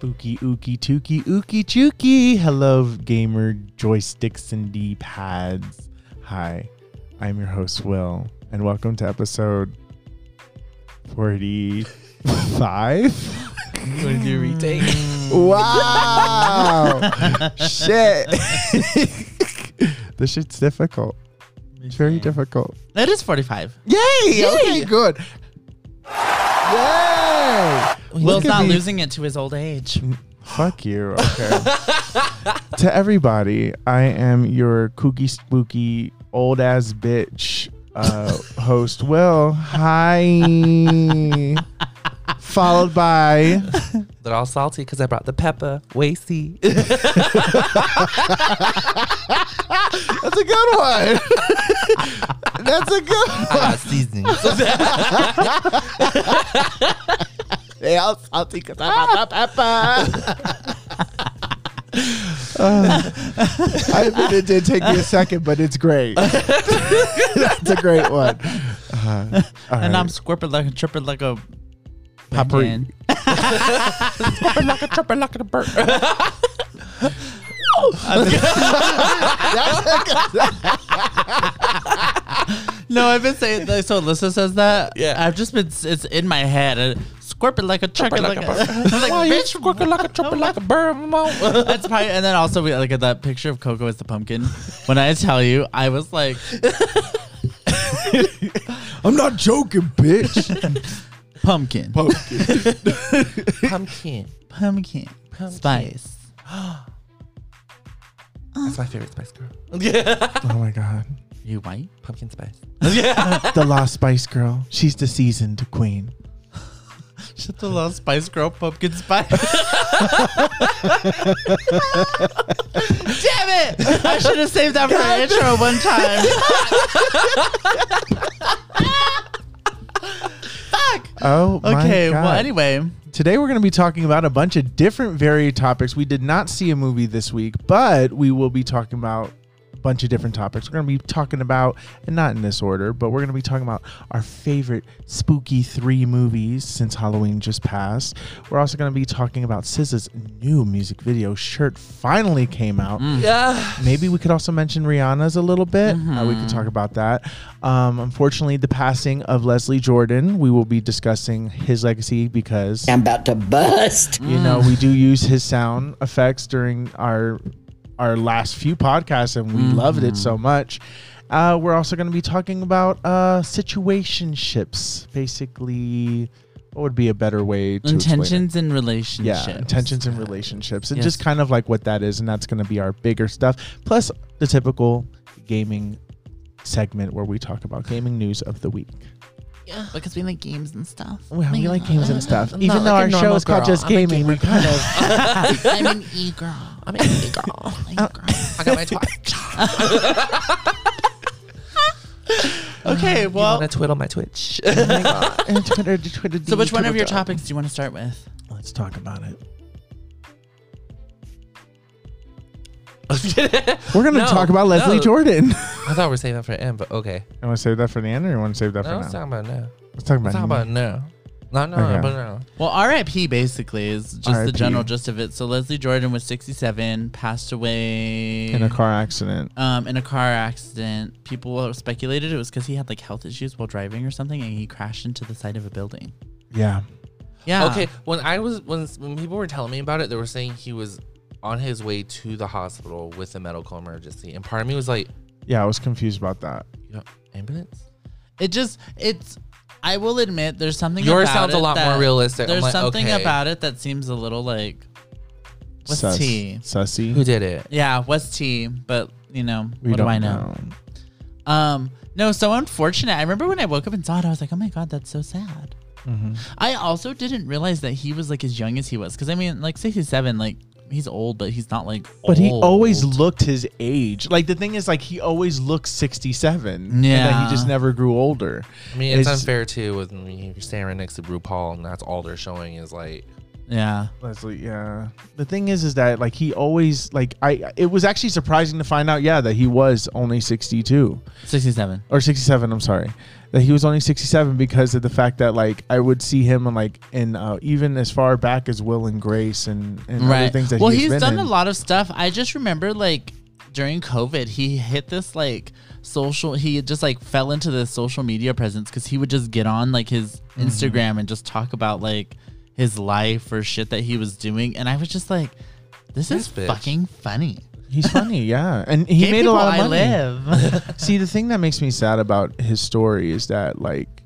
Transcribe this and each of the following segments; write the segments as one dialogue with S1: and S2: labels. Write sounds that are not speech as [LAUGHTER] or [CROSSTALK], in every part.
S1: Ookie ookie tookie ookie chookie. Hello, gamer joysticks and D pads. Hi, I'm your host, Will, and welcome to episode 45.
S2: You want to
S1: Hmm.
S2: do a retake?
S1: [LAUGHS] wow! Shit. [LAUGHS] this shit's difficult. It's very difficult.
S2: That is 45.
S1: Yay! Okay, good. Yay!
S2: Will's
S1: at
S2: not
S1: me.
S2: losing it to his old age.
S1: Fuck you. Okay. [LAUGHS] to everybody, I am your kooky, spooky, old ass bitch uh, host, Will. Hi. Followed by
S3: They're all salty because I brought the pepper. Wasty.
S1: that's a good one. [LAUGHS] that's a good. One.
S3: seasoning.
S1: [LAUGHS] They all salty 'cause I'm papa. I admit it did take me a second, but it's great. [LAUGHS] that's a great one. Uh, all
S2: [LAUGHS] And
S1: right.
S2: I'm squirping like a tripping like a
S1: Paprika.
S2: Batman. No, I've been saying like, so. Alyssa says that.
S3: Yeah.
S2: I've just been. It's in my head. Uh, Squirping like a chicken, like,
S3: like
S2: a,
S3: a bird.
S2: [LAUGHS] I'm like, bitch.
S3: squirking like a tripping like a bird. [LAUGHS] mama.
S2: That's probably. And then also we like that picture of Coco as the pumpkin. When I tell you, I
S1: [LAUGHS]
S2: was like,
S1: I'm not joking, [LAUGHS] bitch.
S2: pumpkin,
S1: Oh
S3: Pumpkin.
S2: pumpkin, spice.
S3: That's my favorite Spice Girl.
S1: oh my god.
S2: You white?
S3: Pumpkin spice.
S1: The Lost Spice Girl. She's the seasoned queen.
S2: Shut the little Spice Girl pumpkin spice. [LAUGHS] Damn it! I should have saved that for an intro one time. [LAUGHS]
S1: Oh my
S2: Okay,
S1: god.
S2: well, anyway,
S1: Today we're going to be talking about a bunch of different varied topics. We did not see a movie this week, but we will be talking about a bunch of different topics. We're going to be talking about, and not in this order, but we're going to be talking about our favorite spooky three movies since Halloween just passed. We're also going to be talking about SZA's new music video, Shirt, finally came out.
S3: Yeah.
S1: Maybe we could also mention Rihanna's a little bit. Uh, we could talk about that. Um, unfortunately, the passing of Leslie Jordan, we will be discussing his legacy because
S4: I'm about to bust.
S1: you know we do use his sound effects during our our last few podcasts, and we loved it so much. Uh, we're also going to be talking about uh, situationships, basically. What would be a better way to explain it?
S2: intentions and relationships.
S1: Yeah, intentions and relationships, and
S2: Yes.
S1: just kind of like what that is, and that's going to be our bigger stuff. Plus the typical gaming segment where we talk about gaming news of the week.
S2: Because we like games and stuff.
S1: Well, we like games and stuff,
S3: I'm
S1: even
S3: not
S1: though
S3: like a
S1: our show
S3: normal
S1: is called
S3: girl.
S1: just
S3: I'm a
S1: gaming. We kind of
S2: I'm an e girl.
S3: I'm an indie girl. I got my [LAUGHS] twitch.
S2: [LAUGHS] Okay,
S3: Well, you
S2: well,
S3: want to twiddle my twitch? [LAUGHS]
S1: and Twitter, Twitter,
S2: so which one of
S1: Twitter
S2: your
S1: job.
S2: topics do you want to start with?
S1: Let's talk about
S3: [LAUGHS]
S1: it.
S3: I
S1: We're gonna
S3: No,
S1: talk about Leslie
S3: no.
S1: Jordan. [LAUGHS]
S3: thought we were saving that for the end, but okay.
S1: I want to save that for the end, or you want to save that
S3: No,
S1: for
S3: let's
S1: now?
S3: talk about no.
S1: Let's talk about.
S3: Let's talk about no. No, no,
S1: Okay.
S3: no, but no.
S2: Well, RIP basically is just the
S1: RIP.
S2: general gist of it. So Leslie Jordan was 67, passed away
S1: in a car accident.
S2: um, in a car accident. People speculated it was because he had like health issues while driving or something, and he crashed into the side of a building.
S1: Yeah,
S2: Yeah.
S3: Okay, when I was when when people were telling me about it, they were saying he was on his way to the hospital with a medical emergency, and part of me was like,
S1: yeah. I was confused about that.
S3: "Yeah, ambulance."
S2: It just it's. I will admit, there's something.
S3: Yours
S2: about
S3: sounds a
S2: it
S3: lot more
S2: that-
S3: realistic. I'm
S2: There's
S3: like,
S2: something
S3: okay.
S2: about it that seems a little like what's
S1: Sus-
S2: tea?
S1: Sussy.
S3: Who did it?
S2: yeah, what's tea? But you know,
S1: We
S2: what do
S1: don't
S2: I know? Um, no, so unfortunate. I remember when I woke up and saw it, I was like, oh my god, that's so sad.
S1: Mhm.
S2: I also didn't realize that he was like as young as he was, because I mean, like 67, like he's old, but he's not like.
S1: But he
S2: old.
S1: always looked his age. Like the thing is, like he always looked sixty-seven. and that
S2: Yeah.
S1: he just never grew older.
S3: I mean, it's,
S1: It's-
S3: unfair too with when you're standing right next to RuPaul, and that's all they're showing is like
S2: Yeah.
S1: Leslie, yeah. The thing is, is that like he always like I. It was actually surprising to find out, yeah, that he was only sixty-two
S2: 67.
S1: or sixty-seven. I'm sorry, that he was only sixty-seven because of the fact that like I would see him in like in uh, even as far back as Will and Grace and and other
S2: Right.
S1: things that
S2: well,
S1: he has
S2: he's
S1: been
S2: done
S1: in.
S2: a lot of stuff. I just remember like during COVID, he hit this like social. He just like fell into the social media presence because he would just get on like his
S1: Mm-hmm.
S2: Instagram and just talk about like his life or shit that he was doing, and I was just like, this
S3: This
S2: is
S3: bitch.
S2: fucking funny.
S1: He's funny, yeah, and he
S2: Gay
S1: made a
S2: people
S1: lot of money. [LAUGHS]
S2: I live.
S1: See, the thing that makes me sad about his story is that, like,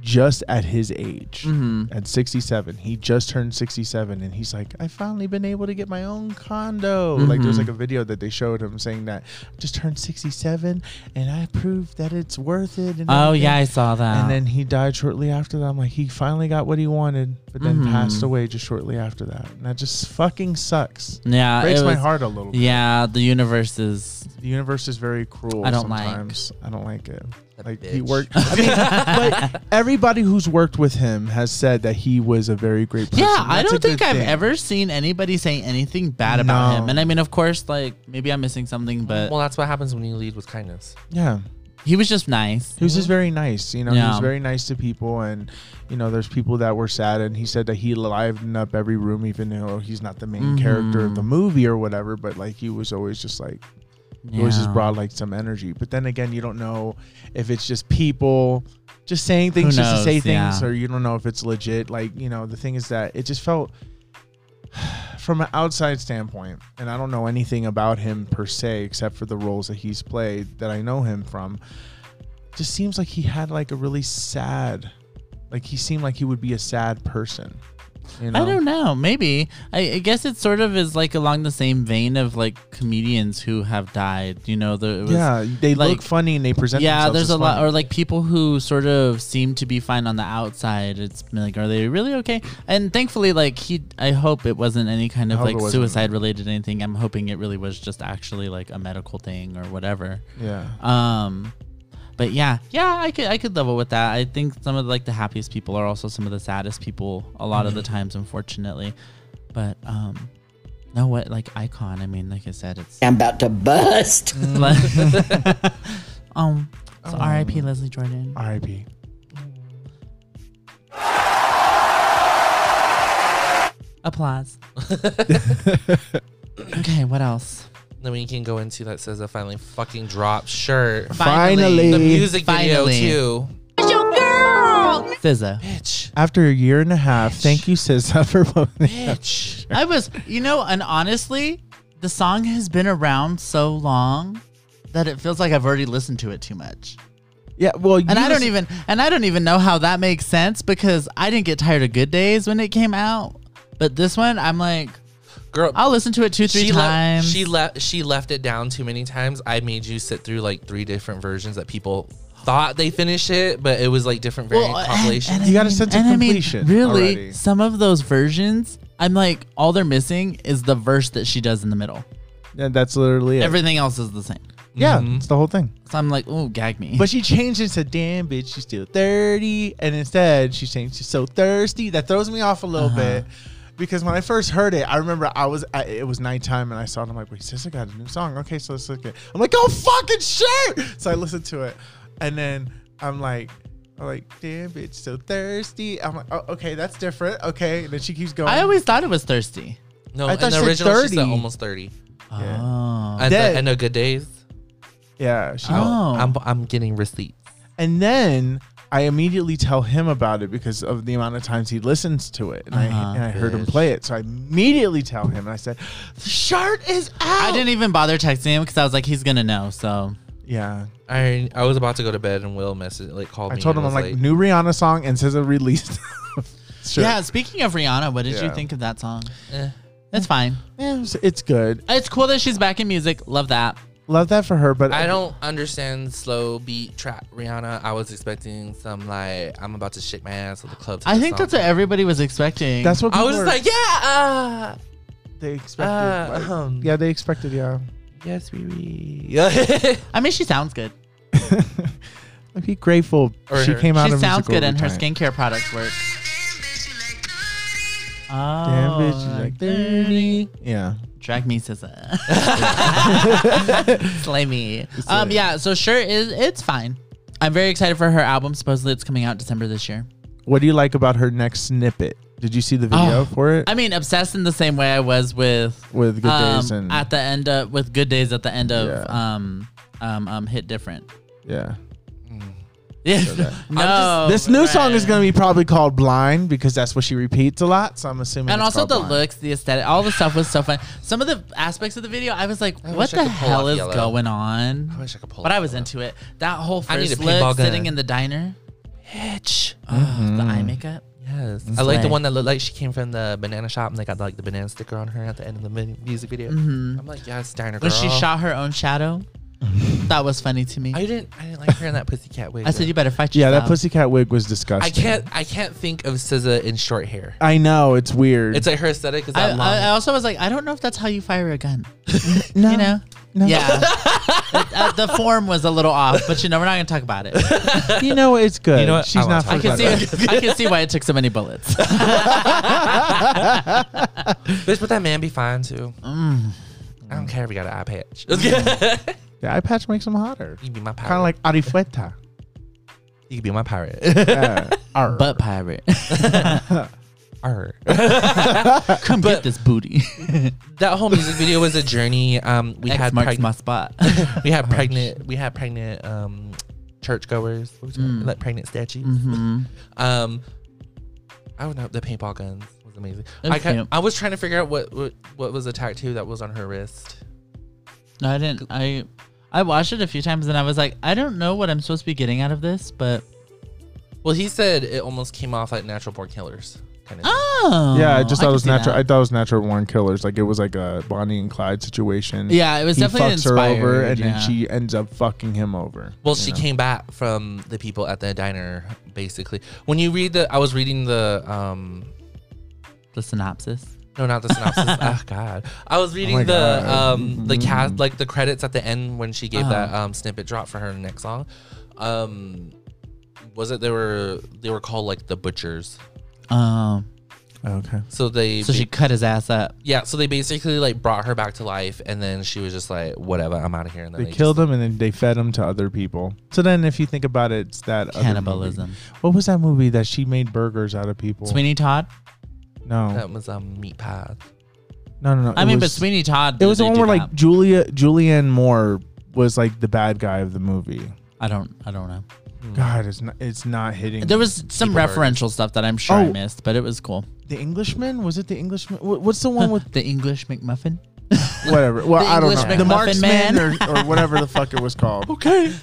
S1: just at his age,
S2: Mm-hmm.
S1: at 67, he just turned 67, and he's like, I finally been able to get my own condo. Like, there's
S2: Mm-hmm.
S1: like a video that they showed him saying that I just turned 67, and I proved that it's worth it. And
S2: [LAUGHS] oh
S1: everything."
S2: yeah, I saw that.
S1: And then he died shortly after that. I'm like, he finally got what he wanted, but then
S2: Mhm.
S1: passed away just shortly after that. And that just fucking sucks.
S2: yeah,
S1: Breaks
S2: Uh, it
S1: my
S2: was-
S1: heart a little bit.
S2: Yeah, the universe is.
S1: The universe is very cruel
S2: I don't like.
S1: sometimes. I don't like it.
S3: That
S1: Like he
S3: bitch.
S1: worked.
S2: [LAUGHS]
S1: I mean, but everybody who's worked with him has said that he was a very great person.
S2: Yeah, I
S1: That's a
S2: don't think
S1: good
S2: I've
S1: thing.
S2: ever seen anybody say anything bad about
S1: No.
S2: him. And I mean, of course, like maybe I'm missing something, but
S3: Well, that's what happens when you lead with kindness.
S1: Yeah,
S2: he was just nice.
S1: he was just very nice. You know, he was
S2: Yeah.
S1: very nice to people, and you know, there's people that were sad, and he said that he livened up every room, even though he's not the main character
S2: Mm.
S1: of the movie or whatever. But like, he was always just like It always just
S2: Yeah.
S1: brought like some energy. But then again, you don't know if it's just people just saying things just to
S2: knows?
S1: say things,
S2: Yeah.
S1: or you don't know if it's legit. Like, you know, the thing is that it just felt [SIGHS] from an outside standpoint, and I don't know anything about him per se, except for the roles that he's played that I know him from. Just seems like he had like a really sad, like he seemed like he would be a sad person. You know?
S2: I don't know. Maybe I, I guess it sort of is like along the same vein of like comedians who have died. You know, the it was,
S1: Yeah, they
S2: like-
S1: look funny and they present.
S2: yeah.
S1: themselves
S2: There's
S1: as
S2: a lot,
S1: funny.
S2: or like people who sort of seem to be fine on the outside. It's been like, are they really okay? And thankfully, like he, I hope it wasn't any kind
S1: I
S2: of
S1: hope it
S2: like
S1: wasn't.
S2: suicide related anything. I'm hoping it really was just actually like a medical thing or whatever.
S1: yeah.
S2: Um, but yeah, yeah, I could I could level with that. I think some of like the happiest people are also some of the saddest people a lot of the times, unfortunately. But um, no, what like icon? I mean, like I said, it's
S4: I'm about
S2: [LAUGHS]
S4: to bust.
S2: um. So R.I.P. Leslie Jordan.
S1: R.I.P.
S2: Applause. okay, what else?
S3: Then we can go into that says I finally fucking dropped shirt.
S1: Finally.
S3: The music video
S2: Finally.
S3: too.
S2: SZA.
S3: Bitch.
S1: After a year and a half, thank you, SZA, [LAUGHS] for voting.
S3: Bitch.
S2: I was, you know, and honestly, the song has been around so long that it feels like I've already listened to it too much.
S1: Yeah, well,
S2: And I don't even and I don't even know how that makes sense because I didn't get tired of Good Days when it came out, but this one I'm like
S3: Girl.
S2: I'll listen to it two three
S3: she
S2: times.
S3: left she left she left it down too many times. I made you sit through like three different versions that people thought they finished it, but it was like different
S2: Well,
S3: variant compilations.
S2: I
S1: You got a
S2: mean-
S1: sense of
S2: and I mean,
S1: completion
S2: really,
S1: already.
S2: some of those versions, I'm like all they're missing is the verse that she does in the middle.
S1: Yeah, that's literally it.
S2: Everything else is the same.
S1: yeah,
S2: Mm-hmm.
S3: Mhm.
S1: it's the whole thing.
S2: So I'm like, oh, gag me.
S1: But she changed it to "Damn, bitch, she's still 30. and instead she changed to "So thirsty." That throws me off a little
S2: Uh-huh.
S1: bit because when I first heard it, I remember I was I, it was nighttime and I saw it. I'm like, "Wait, SZA got a new song? Okay, so let's look at." it. I'm like, "Oh fucking shit!" So I listened to it, and then I'm like. I'm like, damn, bitch, so thirsty. I'm like, oh, okay, that's different. Okay, and then she keeps going.
S2: I always thought it was thirsty.
S3: no,
S1: I
S3: in
S1: thought she
S3: the
S1: said
S3: original she
S1: 30.
S3: said almost thirty.
S1: Yeah.
S2: Oh.
S3: And, the,
S1: That-
S3: and the good days.
S1: yeah, she
S2: Oh.
S3: I'm I'm getting receipts.
S1: And then I immediately tell him about it because of the amount of times he listens to it. And,
S2: Uh-huh.
S1: I, and I heard him
S3: Bitch.
S1: play it. So I immediately tell him. And I said, The shirt is out.
S2: I didn't even bother texting him because I was like, he's gonna know. So
S1: Yeah.
S3: I I was about to go to bed and Will message like called
S1: I
S3: me.
S1: told
S3: and
S1: him, I'm
S3: was
S1: like, New Rihanna song and SZA released. [LAUGHS] sure.
S2: yeah. Speaking of Rihanna, what did
S1: Yeah.
S2: you think of that song?
S3: Eh.
S2: It's fine.
S1: Yeah, it's, it's good.
S2: It's cool that she's back in music. Love that.
S1: Love that for her. But
S3: I don't understand slow beat trap Rihanna. I was expecting some like I'm about to shake my ass at the club. to
S2: I
S3: this
S2: think
S3: song.
S2: that's what everybody was expecting.
S1: That's what
S3: I
S1: people
S3: was
S1: were-
S3: just like, yeah,
S1: they
S3: uh,
S1: expected.
S3: uh,
S1: like-
S3: um,
S1: yeah, they expected. Yeah.
S3: yes, [LAUGHS] Riri.
S2: I mean, she sounds good.
S1: I'd be grateful
S3: Or
S1: she
S3: her.
S1: came out
S2: She
S1: of
S2: sounds
S1: musical
S2: good, and her
S1: overtime.
S2: skincare products work. Oh,
S1: Damn bitch, she's like 30.
S2: [LAUGHS]
S1: Yeah. [LAUGHS]
S2: Drag me, SZA. [LAUGHS] Slay me. Um,
S1: Slay.
S2: yeah. So sure is it's fine. I'm very excited for her album. Supposedly it's coming out December this year.
S1: What do you like about her next snippet? Did you see the video
S2: Oh,
S1: for it?
S2: I mean, obsessed in the same way I was with
S1: With Good
S2: um,
S1: Days and
S2: at the end of with Good Days at the end of
S1: Yeah.
S2: um um um
S1: [LAUGHS]
S2: Hit Different.
S1: yeah.
S2: Yeah.
S1: I'm
S2: no.
S1: this new song is
S2: right.
S1: going to be probably called Blind because that's what she repeats a lot. So I'm assuming.
S2: and
S1: it's
S2: also
S1: called
S2: the
S1: Blind.
S2: looks, the aesthetic, all the stuff was so fun. Some of the aspects of the video, I was like,
S3: I
S2: "What
S3: wish I
S2: the
S3: could pull
S2: hell
S3: off
S2: is
S3: yellow.
S2: going on?"
S3: I wish I could pull
S2: But
S3: off
S2: I was
S3: yellow.
S2: into it. That whole
S3: I need
S2: first
S3: a paintball
S2: look,
S3: gun.
S2: sitting in the diner, bitch. Ugh, The eye
S1: Mm-hmm.
S2: makeup.
S3: Yes. I like the
S2: Slay.
S3: one that looked like she came from the banana shop and they got like the banana sticker on her at the end of the mi- music video.
S2: hmm
S3: I'm like, yes, diner girl.
S2: When she shot her own
S1: [LAUGHS]
S2: shadow, that was funny to me.
S3: I
S2: I,
S3: didn't. I didn't like her in that pussycat wig.
S2: said,
S3: though.
S2: "You better fight
S1: Yeah,
S2: yourself."
S1: that pussycat wig was disgusting.
S3: I can't. I can't think of SZA in short hair.
S1: I know it's weird.
S3: It's like her aesthetic is
S2: I,
S3: that long.
S2: I, I also was like, I don't know if that's how you fire a gun.
S1: no,
S2: You know?
S1: no.
S2: Yeah. [LAUGHS] It- uh, the form was a little off, but you know, we're not going to talk about it.
S1: you know it's good.
S3: You know what? I
S1: She's
S3: wanna
S1: not.
S3: talk
S2: I can
S1: forgotten.
S2: see, I can see why it took so many bullets.
S3: Bitch, but that man be fine too.
S2: Mm.
S3: I don't care if you got an eye
S2: [LAUGHS]
S3: patch.
S1: The eye patch makes them hotter.
S3: you be my pirate.
S1: Kind of like Arifueta.
S2: [LAUGHS]
S3: you be my pirate.
S1: Yeah. Arr.
S2: Butt pirate.
S3: Arr. [LAUGHS]
S2: Come get this booty.
S3: that whole music video was a journey. Um, we
S2: X
S3: had
S2: marks
S3: preg-
S2: my Oh, spot. [LAUGHS]
S3: we had pregnant we had pregnant um churchgoers. What was it?
S2: Mm.
S3: Like pregnant statues.
S2: hmm
S3: Um, I don't know. The paintball guns was amazing.
S2: That was
S3: I, ca-
S2: cute.
S3: I was trying to figure out what, what what was a tattoo that was on her wrist.
S2: No, I didn't. I I watched it a few times and I was like, I don't know what I'm supposed to be getting out of this, but
S3: Well, he said it almost came off like natural born killers. Kind of.
S2: oh,
S1: yeah, I just thought
S2: can
S1: it was
S2: see
S1: natural. I
S2: that.
S1: thought it was natural born killers. Like it was like a Bonnie and Clyde situation.
S2: yeah, it was
S1: he
S2: definitely
S1: fucks her
S2: inspired.
S1: over, and
S2: yeah.
S1: then she ends up fucking him over.
S3: Well,
S1: you
S3: she
S1: know?
S3: came back from the people at the diner, basically. When you read the, I was reading the, um,
S2: the synopsis.
S3: no, not the synopsis. oh God, I was reading
S1: my
S3: the,
S1: God.
S3: um, the cast,
S1: Mm.
S3: like the credits at the end when she gave
S2: Uh-huh.
S3: that um snippet drop for her next song. Um, was it they were they were called like the butchers?
S2: Um,
S1: Okay.
S3: So they
S2: so she cut his ass up.
S3: Yeah, so they basically like brought her back to life, and then she was just like, "Whatever, I'm out of here." And then
S1: They
S3: they,
S1: killed him, and then they fed him to other people. So then, if you think about it, it's that other movie.
S2: Cannibalism.
S1: What was that movie that she made burgers out of people?
S2: Sweeney Todd.
S1: No,
S3: Just, that was a um, meat pie.
S1: no, no, no.
S2: I
S1: It
S2: mean, but
S1: was-
S2: Sweeney Todd.
S1: It was the
S2: they
S1: one
S2: do
S1: where
S2: that.
S1: like Julia Julianne Moore was like the bad guy of the movie.
S2: I don't. I don't know.
S1: God, it's not it's not hitting.
S2: Hmm. There was some
S3: People are-
S2: referential stuff that I'm sure I
S1: Oh.
S2: missed, but it was cool.
S1: the Englishman. Was it the Englishman? Wh- What's the one
S2: [LAUGHS]
S1: with
S2: the English McMuffin.
S1: whatever? Well,
S2: The
S1: I don't
S2: English
S1: know. The
S2: McMuffin
S1: Marksman
S2: Man.
S1: or, or whatever the fuck it was
S2: [LAUGHS]
S1: called.
S3: Okay,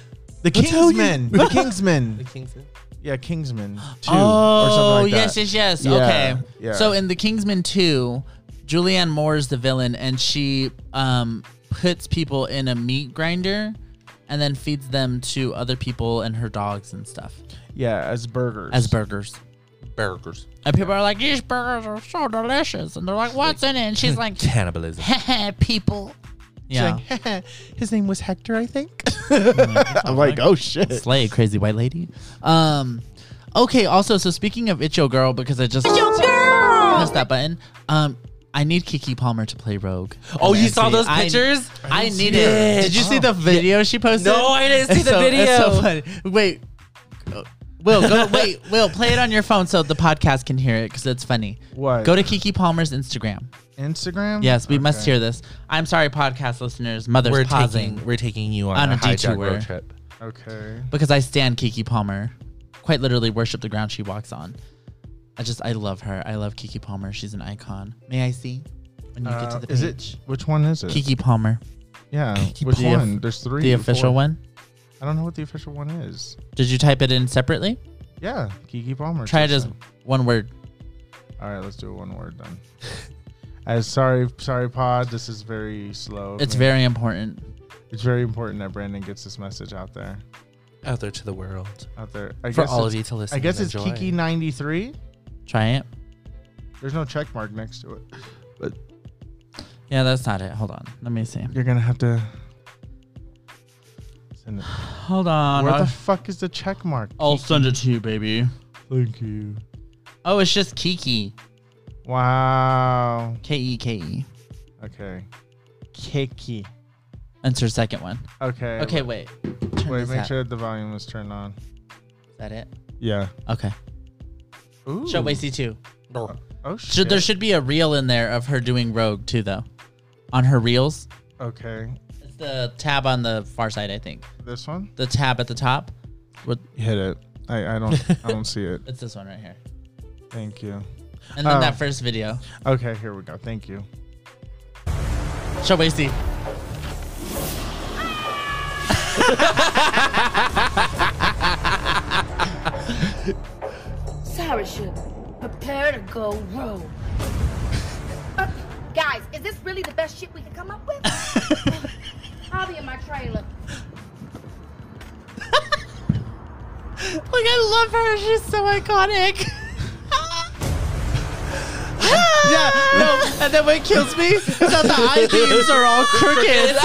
S1: The Kingsman. The Kingsman.
S3: Kingston.
S1: Yeah, Kingsman. Two or
S2: Oh
S1: something like
S2: yes,
S1: that.
S2: yes, yes.
S1: Yeah,
S2: okay.
S1: yeah.
S2: So in The Kingsman 2, Julianne Moore is the villain and she um, puts people in a meat grinder and then feeds them to other people and her dogs and stuff
S1: Yeah, as burgers.
S2: as burgers.
S3: burgers,
S2: And people are like, these burgers are so delicious. And they're like, what's in it? And she's like, [LAUGHS]
S3: cannibalism.
S2: people. Yeah.
S1: [LAUGHS] His name was Hector, I
S2: [LAUGHS]
S1: think. [LAUGHS] I'm like, oh shit.
S2: Slay, crazy white lady. Um, okay, also, so speaking of It's Your Girl, because I just pressed that button, um, I need Kiki Palmer to play Rogue.
S3: Oh,
S2: And
S3: you
S2: I
S3: saw
S2: see-
S3: those
S2: I-
S3: pictures?
S2: I,
S3: didn't see
S2: need it.
S3: it.
S2: Did you see the video she posted?
S3: Oh. No, I didn't see
S2: It's
S3: the
S2: so- It's so
S3: video.
S2: funny. Wait. Uh, Will, go, wait, Will, play it on your phone so the podcast can hear it because it's funny.
S1: What?
S2: Go to Kiki Palmer's Instagram.
S1: Instagram?
S2: Yes, we must
S1: Okay.
S2: hear this. I'm sorry, podcast listeners. Mother's
S3: We're
S2: pausing
S3: taking we're taking you on,
S2: On
S3: a,
S2: a
S3: hijack
S2: detour.
S3: road trip.
S1: Okay.
S2: because I stand Kiki Palmer. Quite literally worship the ground she walks on. I just I love her. I love Kiki Palmer. She's an icon. May I see? When you get
S1: Uh,
S2: to the page.
S1: is it which one is it?
S2: Kiki Palmer,
S1: Yeah,
S2: Kiki
S1: which
S2: Palmer.
S1: one? There's three.
S2: the
S1: and
S2: official
S1: four.
S2: one?
S1: I don't know what the official one is.
S2: Did you type it in separately?
S1: Yeah, Kiki Palmer.
S2: Try it as
S1: Simpson.
S2: one word.
S1: All right, let's do it one word then. [LAUGHS] As sorry, sorry, pod. This is very slow.
S2: It's
S1: Man,
S2: very important.
S1: It's very important that Brandon gets this message out there.
S3: Out there to the world
S1: Out there. I
S3: for
S1: guess
S3: all
S1: it's-
S3: of you to listen.
S1: I guess
S3: and
S1: it's
S3: enjoy.
S1: Kiki ninety three.
S2: Try it.
S1: There's no check mark next to it.
S2: Yeah, that's not it. Hold on. Let me see.
S1: You're gonna have to. Send it.
S2: Hold on.
S1: Where
S2: I'll,
S1: the fuck is the check mark?
S2: I'll send it to you, baby.
S1: Thank you.
S2: Oh, it's just Kiki.
S1: Wow.
S2: K E K E.
S1: Okay.
S2: Kiki. That's her second one.
S1: Okay.
S2: Okay, wait. Turn
S1: Wait,
S2: this
S1: make
S2: up.
S1: sure that the volume is turned on.
S2: Is that it?
S1: Yeah.
S2: Okay.
S1: Ooh.
S2: Show Wacy too.
S1: Oh
S2: Should
S1: shit.
S2: there should be a reel in there of her doing Rogue too though, on her reels.
S1: okay.
S2: It's the tab on the far side, I think.
S1: This one.
S2: The tab at the top. What?
S1: Hit it. I, I don't I don't see
S2: [LAUGHS]
S1: it.
S2: It's this one right here.
S1: Thank you.
S2: And then
S1: Oh.
S2: that first video.
S1: Okay, here we go. Thank you.
S2: Show Wacy.
S4: Sarah should prepare to go rogue. Uh, guys, is this really the best shit we could come up with? I'll be in my trailer.
S2: Like I love her. She's so iconic. [LAUGHS] yeah. No. And then what kills me is that the eye beams are all [LAUGHS] crooked.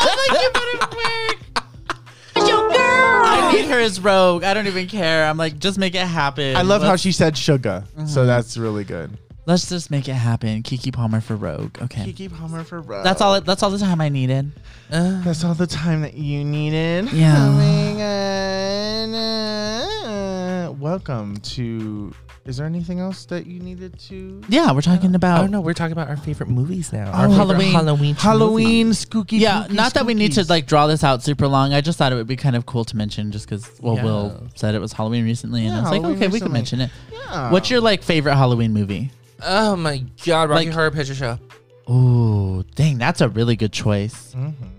S2: I'm like, you better work.
S4: It's your girl!
S2: I need her as Rogue. I don't even care. I'm like, just make it happen.
S1: I love how
S2: Let's-
S1: she said sugar. So that's really good.
S2: Let's just make it happen. Kiki Palmer for Rogue. Okay.
S1: Kiki Palmer for Rogue.
S2: That's all. That's all the time I needed.
S1: That's all the time that you needed.
S2: [LAUGHS] Yeah.
S1: Oh my God. Uh, Welcome to. Is there anything else that you needed to?
S2: Yeah, we're talking
S3: Oh,
S2: about.
S3: no, we're talking about our favorite movies now.
S1: Oh.
S3: our favorite
S2: Halloween.
S3: Halloween.
S1: Halloween spooky.
S2: Yeah,
S1: spooky,
S2: not that we need to
S1: spookies.
S2: like draw this out super long. I just thought it would be kind of cool to mention, just because well,
S3: Yeah.
S2: Will said it was Halloween recently, and
S1: Yeah,
S2: I was like,
S1: Halloween
S2: okay, we
S1: recently.
S2: can mention it.
S1: Yeah.
S2: What's your like favorite Halloween movie?
S3: Oh my God, Rocky
S2: Like-
S3: Horror Picture Show.
S2: Oh, dang, that's a really good choice.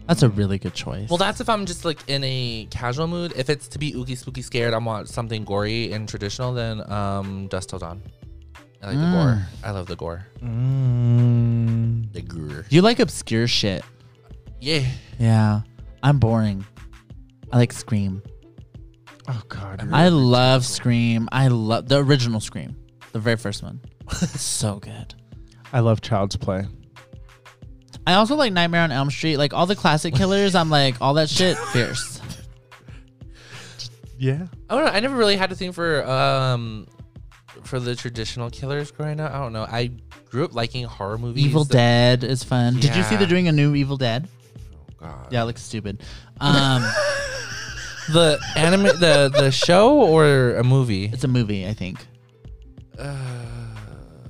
S2: That's a really good choice.
S3: Well, that's if I'm just like in a casual mood. If it's to be ooky spooky scared, I want something gory and traditional. Then um, Dust Till Dawn. I like the gore. I love the gore.
S2: Mm.
S1: Mm.
S3: The gore.
S2: you like obscure shit.
S3: Yeah.
S2: Yeah, I'm boring. I like Scream.
S1: Oh God. you're-
S2: I love Scream. I love the original Scream, the very first one.
S3: [LAUGHS]
S2: so good.
S1: I love Child's Play.
S2: I also like Nightmare on Elm Street. Like all the classic killers, I'm like all that
S3: [LAUGHS]
S2: shit fierce.
S1: Yeah.
S3: I don't know. I never really had a thing for um for the traditional killers growing up. I don't know. I grew up liking horror movies.
S2: Evil Dead is fun. Did you see
S3: Yeah. Oh,
S2: they're doing a new Evil Dead?
S3: God.
S2: Yeah, it looks stupid. Um, [LAUGHS]
S3: The anime, the the show or a movie.
S2: it's a movie, I think.
S3: Uh.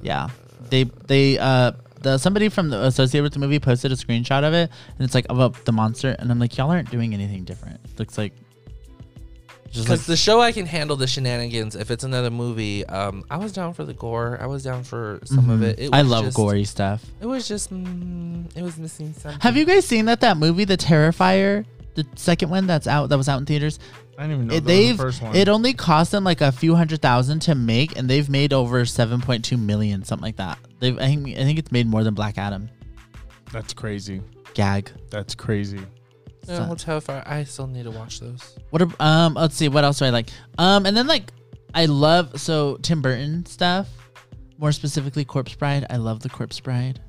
S2: yeah, they they uh the somebody from the associated with the movie posted a screenshot of it, and it's like about the monster, and I'm like, y'all aren't doing anything different. Looks like just like
S3: Because the show I can handle the shenanigans. If it's another movie, um, I was down for the gore. I was down for some of it. it
S2: Mm. I
S3: was
S2: love
S3: just-
S2: gory stuff.
S3: It was just, mm, it was missing something.
S2: Have you guys seen that that movie, The Terrifier, the second one that's out that was out in theaters?
S1: I didn't even know that
S2: It-
S1: was
S2: they've
S1: the first one.
S2: it only cost them like a few hundred thousand to make, and they've made over seven point two million, something like that. They've I think I think it's made more than Black Adam.
S1: That's crazy.
S2: Gag.
S1: That's crazy.
S3: No, Hotel Fire. I still need to watch those.
S2: What ab- um? Let's see. What else do I like? Um, and then like I love so Tim Burton stuff. More specifically, Corpse Bride. I love the Corpse Bride.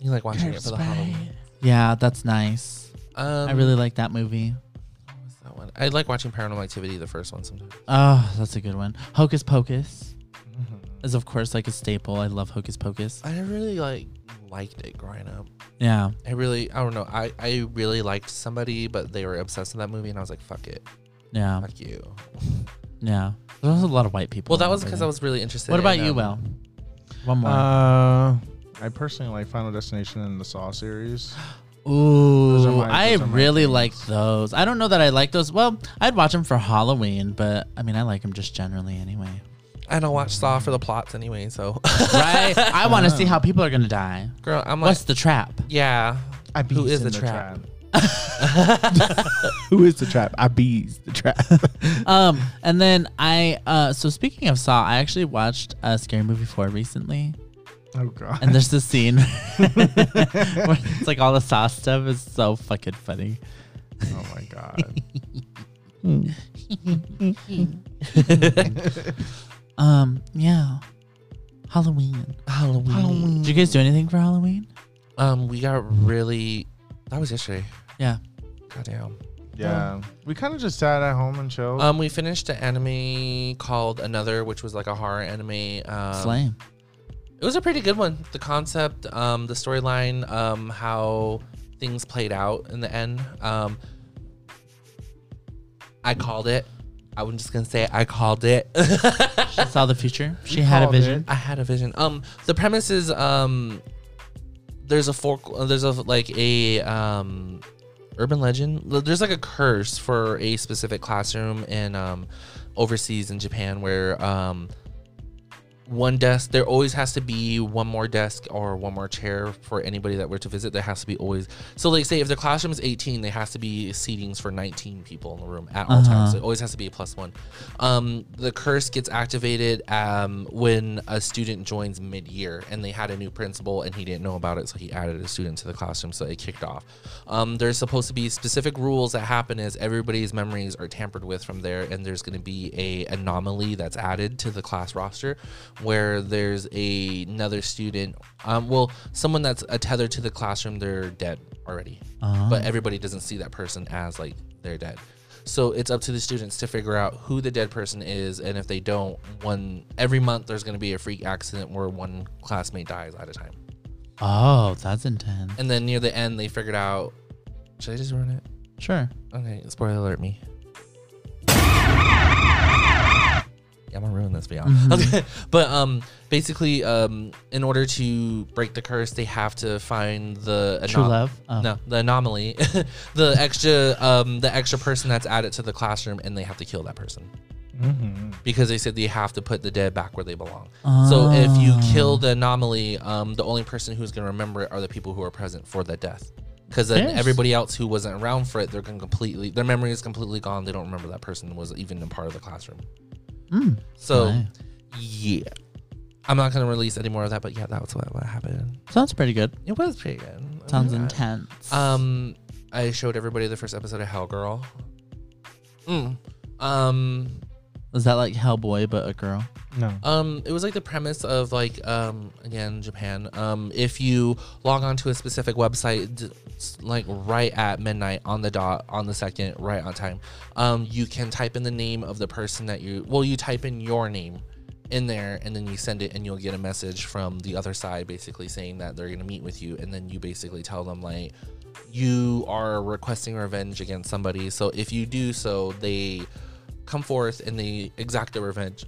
S3: You like watching it for the Halloween?
S2: Yeah, that's nice.
S3: Um,
S2: I really like that movie.
S3: what's that one. I like watching Paranormal Activity, the first one, sometimes.
S2: Oh, that's a good one. Hocus Pocus
S1: Mm-hmm.
S2: is of course like a staple. I love Hocus Pocus.
S3: I really like liked it growing up.
S2: Yeah.
S3: I really, I don't know. I I really liked somebody, but they were obsessed with that movie, and I was like, fuck it,
S2: Yeah.
S3: fuck you.
S2: Yeah. There was a lot of white people.
S3: Well,
S2: in
S3: that was because
S2: movie.
S3: I was really interested.
S2: What about
S3: in,
S2: you,
S3: um,
S2: Will? One more.
S1: Uh, I personally like Final Destination and the Saw series. are
S2: Ooh,
S1: my-
S2: I
S1: those are my
S2: really
S1: favorites.
S2: like those. I don't know that I like those. Well, I'd watch them for Halloween, but I mean, I like them just generally anyway.
S1: [LAUGHS]
S3: I don't watch Saw for the plots anyway, so [LAUGHS]
S2: Right? I want to see how people are gonna die.
S3: girl, I'm like,
S2: What's the trap?
S3: yeah.
S1: I
S3: Who is the trap?
S2: [LAUGHS]
S1: Who is the trap? I bees the trap.
S2: Um, and then I uh, so speaking of Saw, I actually watched a scary movie four recently,
S1: [LAUGHS] oh god.
S2: and there's this scene [LAUGHS] where it's like all the Saw stuff is so fucking funny.
S1: oh my
S2: [LAUGHS]
S1: god.
S2: Um, yeah, Halloween.
S3: Halloween.
S2: Did you guys do anything for Halloween?
S3: Um, we got really. That was yesterday.
S2: Yeah.
S3: Goddamn.
S1: Yeah. We kind of just sat at home and chilled.
S2: Oh.
S3: Um, we finished an anime called Another, which was like a horror anime. Um,
S2: Slay.
S3: It was a pretty good one. The concept, um, the storyline, um, how things played out in the end. Um, I called it. I'm just gonna say I called it. [LAUGHS]
S2: She saw the future. She had a
S3: Oh,
S1: called it.
S2: vision.
S3: I had a vision. Um, the premise is um, there's a fork. uh, There's a like a um, urban legend. There's like a curse for a specific classroom in um, overseas in Japan where um, one desk. There always has to be one more desk or one more chair for anybody that were to visit. There has to be always. So like say if the classroom is 18, there has to be seatings for 19 people in the room at all times. So it always has to be a plus one. Um, the curse gets activated um, when a student joins mid year, and they had a new principal and he didn't know about it, so he added a student to the classroom, so it kicked off. Um, there's supposed to be specific rules that happen as everybody's memories are tampered with from there, and there's going to be a anomaly that's added to the class roster, where there's a, another student, um, well, someone that's a tether to the classroom, they're dead already, but everybody doesn't see that person as like they're dead. So it's up to the students to figure out who the dead person is, and if they don't, one every month there's going to be a freak accident where one classmate dies at a time.
S2: Oh, that's intense.
S3: And then near the end, they figured out. Should I just ruin it?
S2: Sure.
S3: Okay, spoiler alert me. Yeah, I'm gonna ruin this for y'all.
S2: Mm-hmm.
S3: Okay, but um, basically, um, in order to break the curse, they have to find the
S2: True
S3: anom-
S2: love. Oh.
S3: No, the anomaly, [LAUGHS] the extra, um, the extra person that's added to the classroom, and they have to kill that person
S2: Mm-hmm.
S3: because they said they have to put the dead back where they belong. So if
S2: Oh.
S3: you kill the anomaly, um, the only person who's going to remember it are the people who are present for that death. Because then
S2: Yes.
S3: everybody else who wasn't around for it, they're going to completely their memory is completely gone. They don't remember that person was even a part of the classroom.
S2: Mm.
S3: So
S2: Nice.
S3: yeah, I'm not going to release any more of that. But yeah, that was what, what happened.
S2: Sounds pretty good.
S3: It was pretty good.
S2: Sounds
S3: Yeah.
S2: intense.
S3: Um, I showed everybody the first episode of Hell Girl. Mm. Um,
S2: Is that like Hellboy but a girl?
S1: No.
S3: Um, it was like the premise of like um again Japan. Um, if you log onto a specific website, d- s- like right at midnight on the dot on the second, right on time, um, you can type in the name of the person that you well, you type in your name in there, and then you send it, and you'll get a message from the other side, basically saying that they're gonna meet with you, and then you basically tell them like you are requesting revenge against somebody. So if you do so, they come forth and they exact their revenge.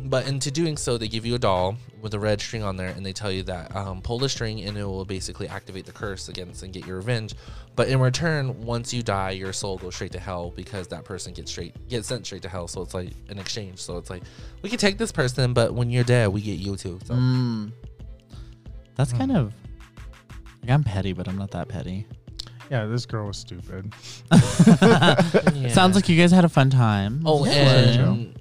S3: But into doing so, they give you a doll with a red string on there, and they tell you that um, pull the string, and it will basically activate the curse against and get your revenge. But in return, once you die, your soul goes straight to hell because that person gets straight gets sent straight to hell. So it's like an exchange. So it's like we can take this person, but when you're dead, we get you too. So
S2: Mm. That's
S3: Hmm.
S2: kind of. Like, I'm petty, but I'm not that petty.
S1: Yeah, this girl was stupid.
S3: yeah.
S2: Sounds like you guys had a fun time.
S3: oh,
S2: This is
S1: Yeah.
S2: fun.
S3: and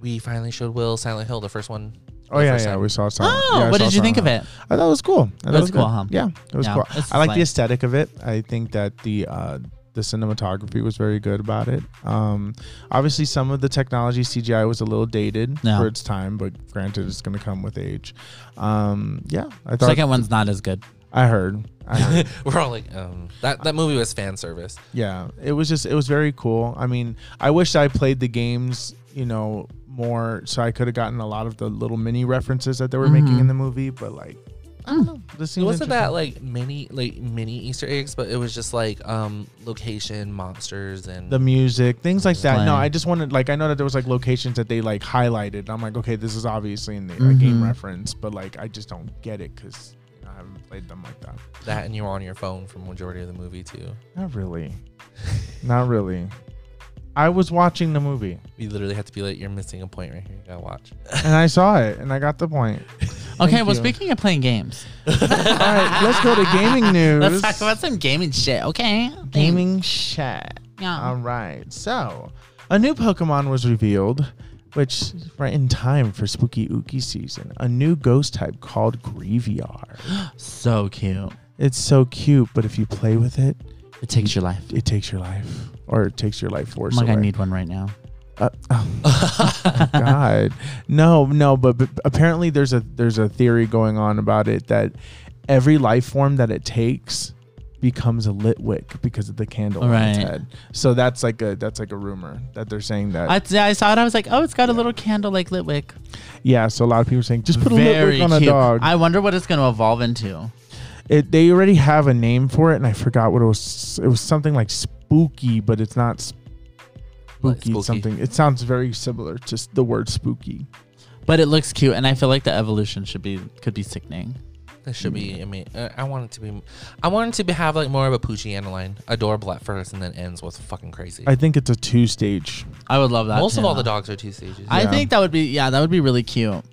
S3: we finally showed Will Silent Hill, the first one. [LAUGHS]
S1: Oh yeah,
S3: first
S1: yeah,
S3: time.
S1: we saw some.
S2: Oh, what did you think of it?
S1: I thought it was cool. I thought
S2: It
S1: it
S2: was
S1: was
S2: cool,
S1: good.
S2: huh?
S1: Yeah, it was
S2: Yeah,
S1: cool.
S2: it's
S1: I like
S2: like-
S1: the aesthetic of it. I think that the uh, the cinematography was very good about it. Um, obviously, some of the technology CGI was a little dated
S2: Yeah.
S1: for its time, but granted, it's going to come with age. Um, yeah, I thought
S2: Second one's not as good.
S1: I heard. I [LAUGHS] heard.
S3: We're all like, um, that that movie was fan service.
S1: yeah, it was just it was very cool. I mean, I wish I played the games, you know, more so I could have gotten a lot of the little mini references that they were making in the movie. But like, I don't know. This
S3: It
S1: seems interesting.
S3: wasn't that like many like mini Easter eggs, but it was just like um location, monsters, and
S1: the music, things like that. No,
S2: Playing.
S1: I just wanted like I know that there was like locations that they like highlighted. and I'm like, okay, this is obviously in the uh, game reference, but like I just don't get it because you know, I haven't played them like that.
S3: that, and you were on your phone for majority of the movie too.
S1: Not really, not really. I was watching the movie
S3: You literally had to be like, you're missing a point right here. You gotta watch.
S1: and I saw it and I got the [LAUGHS] point.
S2: Okay,
S1: Thank
S2: well,
S1: you.
S2: speaking of playing games,
S1: All right, let's go to gaming news.
S2: [LAUGHS] let's talk about some gaming shit, okay?
S1: gaming Um, chat.
S2: Yeah.
S1: All right. So, a new Pokemon was revealed, which is right in time for spooky ooky season. A new ghost type called Grievyard.
S2: So cute.
S1: It's so cute, but if you play with it,
S2: It takes your life.
S1: it takes your life, or it takes your life force
S2: I'm like, I
S1: away.
S2: need one right now.
S1: Uh, oh, [LAUGHS] God, no, no. But, but apparently, there's a there's a theory going on about it that every life form that it takes becomes a lit wick because of the candle on its
S2: Right.
S1: head. So that's like a that's like a rumor that they're saying that.
S2: I, yeah, I saw it. I was like, oh, it's got a little candle like Litwick.
S1: yeah, so a lot of people are saying just put a lit
S2: Very
S1: wick on a
S2: cute.
S1: dog.
S2: I wonder what it's going to evolve into.
S1: it, they already have a name for it, and I forgot what it was. It was something like spooky, but it's not
S3: What,
S1: spooky.
S3: spooky?
S1: Something. It sounds very similar to s- the word spooky.
S2: But it looks cute, and I feel like the evolution should be could be sickening.
S3: That should be. I mean, uh, I want it to be. I want it to be, have like more of a Poochie line, adorable at first, and then ends with fucking crazy.
S1: I think it's a two stage.
S2: I would love that.
S3: Most of all
S2: too.
S3: the dogs are two stages.
S2: I
S1: Yeah.
S2: think that would be yeah, that would be really cute.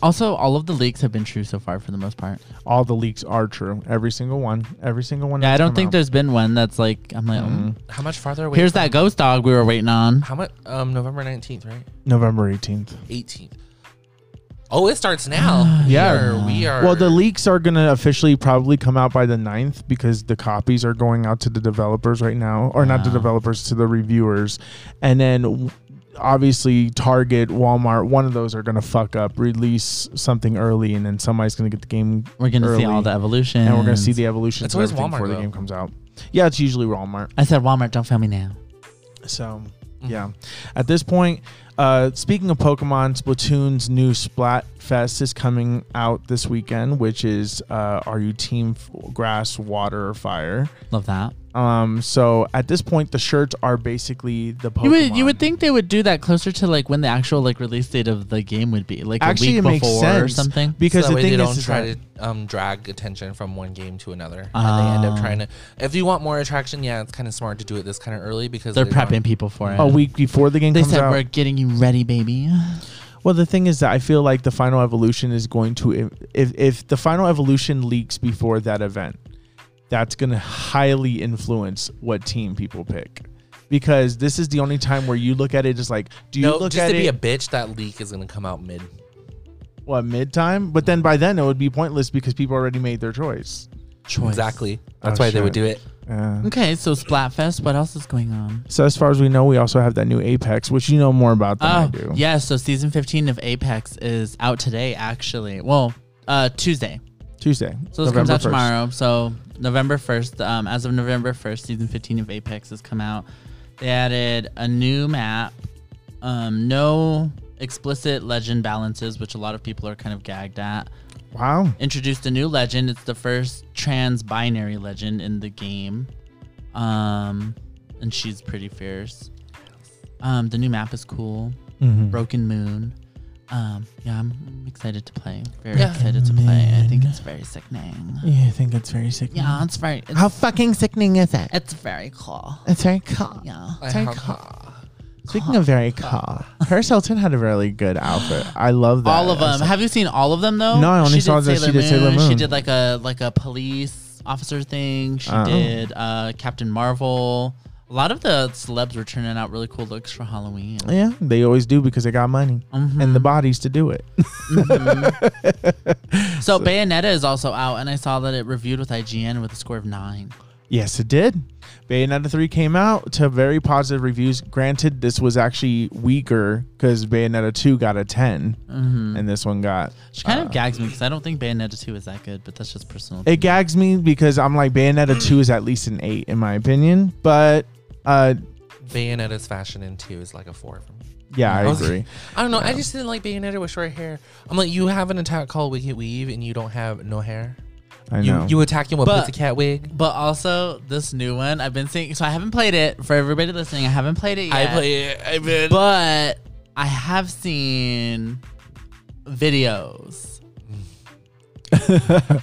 S2: Also, all of the leaks have been true so far for the most part.
S1: All the leaks are true. Every single one. Every single one.
S2: Yeah, I
S1: that's
S2: don't
S1: come Mm-hmm.
S2: think
S1: out.
S2: there's been one that's like I'm like, mm.
S3: How much farther away?
S2: here's
S3: from-
S2: that ghost dog we were waiting on.
S3: How much? Um, November nineteenth, right?
S1: November eighteenth.
S3: Eighteenth. Oh, it starts now.
S1: [SIGHS] Yeah.
S3: we are. We are
S1: Well, the leaks are going to officially probably come out by the 9th because the copies are going out to the developers right now, or not the
S2: Wow.
S1: developers, to the reviewers. And then w- obviously, Target, Walmart, one of those are going to fuck up, release something early, and then somebody's going to get the game.
S2: We're gonna see
S1: early,
S2: all the evolution.
S1: And we're going to see the evolution
S3: It's
S1: of
S3: always
S1: everything
S3: Walmart,
S1: before the
S3: though.
S1: game comes out. Yeah, it's usually Walmart.
S2: I said Walmart, don't fail me now.
S1: So,
S3: Mm-hmm.
S1: yeah. At this point, uh, speaking of Pokemon, Splatoon's new Splat Fest is coming out this weekend, which is uh, are you team f- grass, water, or fire?
S2: Love that.
S1: Um, so at this point, the shirts are basically the Pokemon.
S2: You would you would think they would do that closer to like when the actual like release date of the game would be, like
S1: actually
S2: a
S1: it
S2: week
S1: makes
S2: before
S1: sense
S2: or something.
S1: because
S3: so
S1: the
S3: that way
S1: thing
S3: they
S1: is,
S3: don't
S1: is
S3: try
S1: that-
S3: to um, drag attention from one game to another. and they end up
S2: Ah.
S3: trying to. If you want more attraction, yeah, it's kind of smart to do it this kind of early because
S2: They're
S3: they want-
S2: prepping people for it.
S1: a week before the game
S2: They
S1: comes
S2: said
S1: out.
S2: we're getting you ready, baby.
S1: Well, the thing is that I feel like the final evolution is going to if if the final evolution leaks before that event, that's going to highly influence what team people pick. Because this is the only time where you look at it as like, do you
S3: No,
S1: look
S3: just
S1: at
S3: to be
S1: it
S3: a bitch, that leak is gonna come out mid.
S1: what mid time? But then by then it would be pointless because people already made their choice.
S2: Choice.
S3: Exactly. That's
S1: Oh,
S3: why they
S1: shit.
S3: would do it.
S1: Uh,
S2: Okay, so Splatfest. What else is going on?
S1: so as far as we know, we also have that new Apex, which you know more about than I do.
S2: Uh, Oh, yeah. So season 15 of Apex is out today, actually. Well, uh, Tuesday.
S1: Tuesday.
S2: So this comes out
S1: 1st.
S2: tomorrow. So November 1st. Um, as of November 1st, season 15 of Apex has come out. They added a new map. Um, no explicit legend balances, which a lot of people are kind of gagged at.
S1: Wow.
S2: Introduced a new legend. It's the first trans binary legend in the game. Um, and she's pretty fierce. Um, the new map is cool.
S1: Mhm.
S2: Broken Moon. Um, yeah, I'm excited to play. Very excited to play. I think it's very sickening.
S1: Yeah, I think that's very sick.
S2: Yeah, it's very. It's,
S1: fucking sickening is it?
S2: it's very cool.
S1: It's very cool.
S2: Yeah.
S1: Very cool. Speaking of very cool, Paris Hilton had a really good outfit. I love that.
S2: All of them. Have you seen all of them though?
S1: No, I only
S2: She
S1: saw
S2: did
S1: that she did Sailor
S2: She
S1: Moon.
S2: did like a like a police officer thing. She
S1: Oh.
S2: did uh, Captain Marvel. A lot of the celebs were turning out really cool looks for Halloween.
S1: Yeah, they always do because they got money
S2: Mm-hmm.
S1: and the bodies to do it. [LAUGHS]
S2: So Bayonetta is also out, and I saw that it reviewed with IGN with a score of nine.
S1: yes, it did. Bayonetta 3 came out to very positive reviews. Granted, this was actually weaker because Bayonetta 2 got a 10
S2: Mm-hmm.
S1: and this one got.
S2: She kind
S1: Uh.
S2: of gags me because I don't think Bayonetta two is that good, but that's just personal.
S1: It gags me because I'm like, Bayonetta 2 is at least an 8 in my opinion, but uh,
S3: Bayonetta's fashion in two is like a four for me.
S1: yeah, I
S3: was-
S1: agree.
S3: I don't know. I just didn't like Bayonetta with short hair. I'm like, you have an attack called Wicked Weave, and you don't have no hair.
S1: I know.
S3: You you attack him with
S2: But-
S3: a cat wig.
S2: But also this new one I've been seeing. So I haven't played it for everybody listening. I haven't played it yet.
S3: I play it. I've been.
S2: but I have seen videos.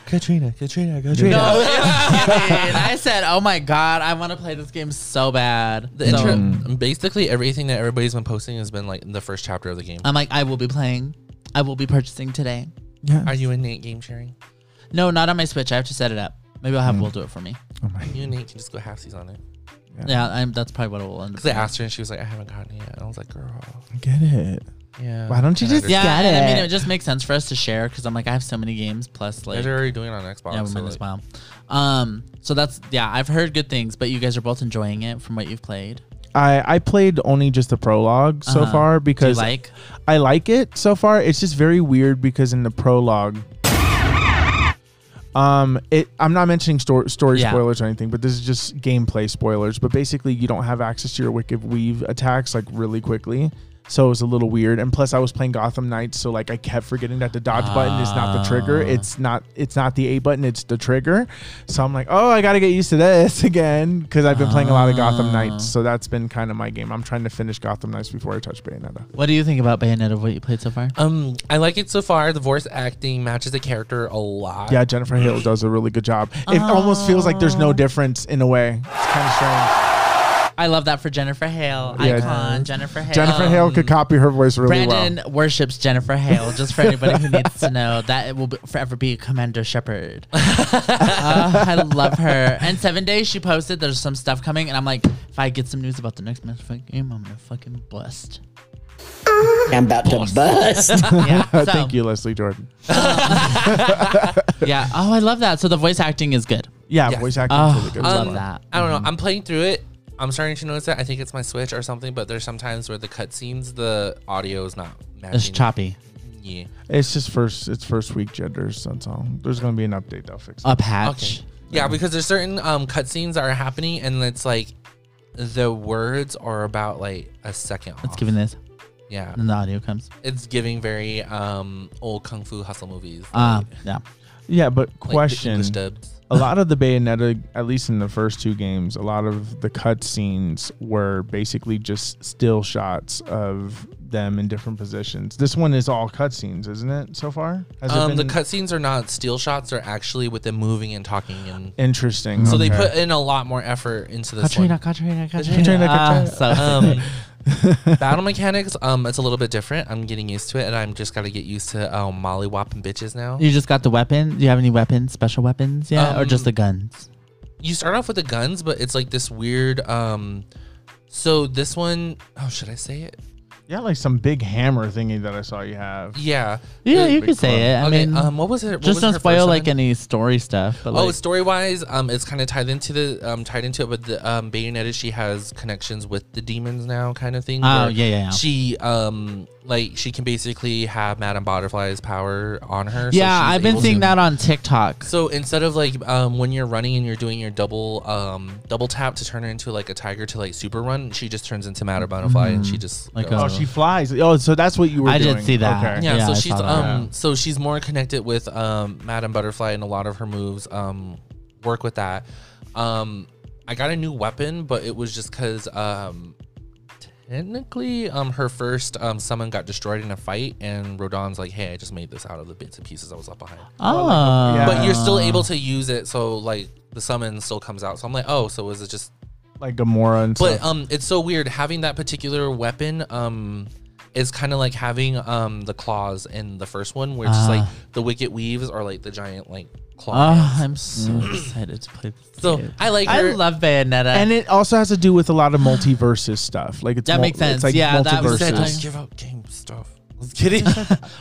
S3: Katrina, Katrina, Katrina.
S1: Katrina.
S2: No, it was kidding. I said, "Oh my god, I want to play this game so bad."
S3: The
S2: So,
S3: intro, basically everything that everybody's been posting has been like the first chapter of the game.
S2: I'm like, I will be playing. I will be purchasing today.
S1: yeah.
S3: Are you and Nate game sharing?
S2: No, not on my Switch. I have to set it up. Maybe I'll have Will do it for me.
S1: Oh my-
S3: You and Nate can just go halfsies on it.
S2: Yeah, I'm, that's probably what it will end up.
S3: Because I asked her and she was like, I haven't gotten it yet. And I was like, girl.
S1: Get it.
S3: Yeah.
S1: Why don't you
S3: And I
S1: just-
S3: just-
S2: Yeah,
S1: Got
S2: and I mean,
S1: it.
S2: it just makes sense for us to share because I'm like, I have so many games plus like.
S3: They're already doing it on Xbox.
S2: Yeah, we
S3: so,
S2: might as
S3: like-
S2: well. Um, so that's yeah, I've heard good things, but you guys are both enjoying it from what you've played.
S1: I I played only just the prologue so
S2: Uh-huh.
S1: far
S2: Do you
S1: because
S2: like?
S1: I like it so far. It's just very weird because in the prologue, Um, it. I'm not mentioning story, story
S2: Yeah.
S1: spoilers or anything, but this is just gameplay spoilers. But basically, you don't have access to your Wicked Weave attacks like really quickly, so it was a little weird. And plus, I was playing Gotham Knights, so like I kept forgetting that the dodge button is not the trigger. It's not. It's not the A button. It's the trigger. So I'm like, oh, I got to get used to this [LAUGHS] again because I've been playing a lot of Gotham Knights. So that's been kind of my game. I'm trying to finish Gotham Knights before I touch Bayonetta.
S2: What do you think about Bayonetta? What you played so far?
S3: Um, I like it so far. The voice acting matches the character a lot.
S1: Yeah, Jennifer Hale does a really good job. It almost feels like there's
S3: Oh.
S1: no difference in a way. It's kind of strange.
S2: I love that for Jennifer Hale.
S1: Yeah.
S2: Icon Jennifer Hale.
S1: Jennifer Hale could copy her voice really
S2: Brandon worships Jennifer Hale. Just for anybody who needs to know, that it will be, forever be
S1: [LAUGHS]
S2: Commander Shepard. Uh, I love her. And seven days she posted. There's some stuff coming, and I'm like, if I get some news about the next motherfucking game, I'm gonna fucking bust.
S5: I'm about to bust.
S2: [LAUGHS]
S1: [LAUGHS]
S2: Yeah.
S1: well.
S2: so,
S1: Thank you, Leslie Jordan.
S2: Yeah. Oh, I love that. So the voice acting is good.
S1: Yeah,
S3: Yes. Um,
S1: voice acting
S2: Oh,
S1: really good.
S2: I
S1: as
S3: Uh,
S2: love
S1: well.
S2: that.
S3: I don't know. I'm playing through it. I'm starting to notice that. I think it's my Switch or something, but there's sometimes where the cutscenes, the audio is not matching.
S2: It's choppy.
S3: Yeah.
S1: It's just first. It's first week genders. That's all. There's gonna be an update. They'll fix.
S3: Uh,
S1: it.
S2: A patch.
S3: Yeah, because there's certain um, cutscenes that are happening, and it's like the words are about like a second.
S2: Let's
S3: off.
S2: give it this.
S3: Yeah,
S2: And the audio comes.
S3: it's giving very um old kung fu hustle movies.
S2: Uh,
S3: like-
S2: yeah.
S1: Yeah, but
S3: like the
S1: question.
S3: English dubs.
S1: a lot of the Bayonetta, at least in the first two games, a lot of the cutscenes were basically just still shots of them in different positions. This one is all cutscenes, isn't it? So far, Has it
S3: Um, the
S1: been-
S3: cutscenes are not steel shots; they're actually with them moving and talking, and
S1: Interesting.
S3: so they
S1: okay.
S3: put in a lot more effort into this
S2: Katrina,
S3: one.
S2: Katrina, Katrina.
S1: Katrina,
S2: Ah,
S1: Katrina.
S2: so-
S1: [LAUGHS]
S3: Um, battle mechanics, um, it's a little bit different. I'm getting used to it, and I'm just gotta get used to um, molly whopping bitches now.
S2: [LAUGHS] You just got the weapon. Do you have any weapons, special weapons yet, or just
S3: Um,
S2: the guns?
S3: you start off with the guns, but it's like this weird. Um, so this one, oh, should I say it?
S1: Yeah, like some big hammer thingy that I saw you have.
S3: Yeah.
S2: Yeah,
S3: The-
S2: you could say it. I
S3: okay,
S2: mean,
S3: um, what was it? what
S2: just
S3: was
S2: don't
S3: her
S2: spoil
S3: first
S2: like
S3: one?
S2: any story stuff. But
S3: Oh,
S2: like,
S3: story wise, um, it's kind of tied into the um tied into it, but the um Bayonetta she has connections with the demons now, kind of thing.
S2: Oh,
S3: where
S2: yeah, yeah, yeah.
S3: She um like she can basically have Madame Butterfly's power on her. so
S2: yeah,
S3: she's
S2: I've been
S3: able
S2: seeing
S3: to-
S2: that on TikTok.
S3: So instead of like um, when you're running and you're doing your double um, double tap to turn her into like a tiger to like super run, she just turns into Matter Butterfly and she just
S2: Mm-hmm. Like
S3: goes.
S1: Oh, she flies. Oh, so that's what you were
S2: I did
S1: doing.
S2: see that.
S1: Okay.
S3: yeah,
S2: yeah,
S3: so
S2: I
S3: she's
S2: saw that.
S3: um so she's more connected with um Madame Butterfly and a lot of her moves um work with that. Um I got a new weapon, but it was just cause um technically um her first um summon got destroyed in a fight and Rodan's like, Hey, I just made this out of the bits and pieces I was left behind.
S2: oh,
S1: yeah.
S3: but you're still able to use it so like the summon still comes out so i'm like oh so is it just
S1: Like Gamora and
S3: but
S1: stuff.
S3: um it's so weird having that particular weapon um is kind of like having um the claws in the first one where it's just like
S2: Ah.
S3: the wicked weaves are like the giant like
S2: Oh,
S3: claws
S2: I'm so excited to play this.
S3: so
S2: game.
S3: i like
S2: I
S3: her.
S2: love Bayonetta.
S1: and it also has to do with a lot of multiverses stuff. Like it's
S2: That
S1: mul-
S2: makes sense.
S1: It's like
S2: Yeah, that was-
S1: multiverses.
S3: said, don't
S2: versus-
S3: give up game stuff I'm just [LAUGHS] kidding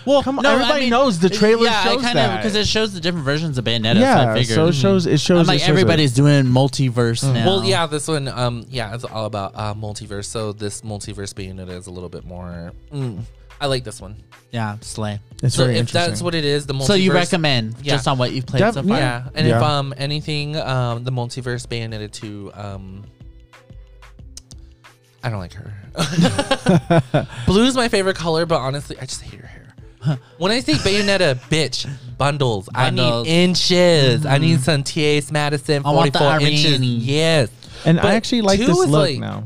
S2: well,
S1: come on, everybody knows the trailer
S2: Yeah,
S1: shows that.
S2: because it shows the different versions of Bayonetta. so, I
S1: yeah,
S2: figured, hmm.
S1: so it shows. It shows.
S2: I'm like
S1: it shows it.
S2: everybody's doing multiverse now.
S3: well yeah this one um yeah it's all about uh multiverse so this multiverse being it is a little bit more mm, i like this one
S2: yeah, slay.
S1: It's
S3: so
S1: very
S3: if
S1: interesting.
S3: that's what it is the multiverse
S2: So you recommend
S3: Yeah.
S2: just on what you've played
S1: Def-
S2: so far?
S3: Yeah, and if
S1: Yeah.
S3: um anything, um the multiverse Bayonetta two, um I don't like her. Blue is my favorite color, but honestly, I just hate her hair. When I say Bayonetta, bitch,
S2: Bundles.
S3: bundles. I need inches. I need some TA's Madison
S2: I want the
S3: 44 inches.
S2: Irene.
S3: Yes.
S1: and
S3: but
S1: I actually like
S3: two
S1: this
S3: is
S1: look
S3: like-
S1: now.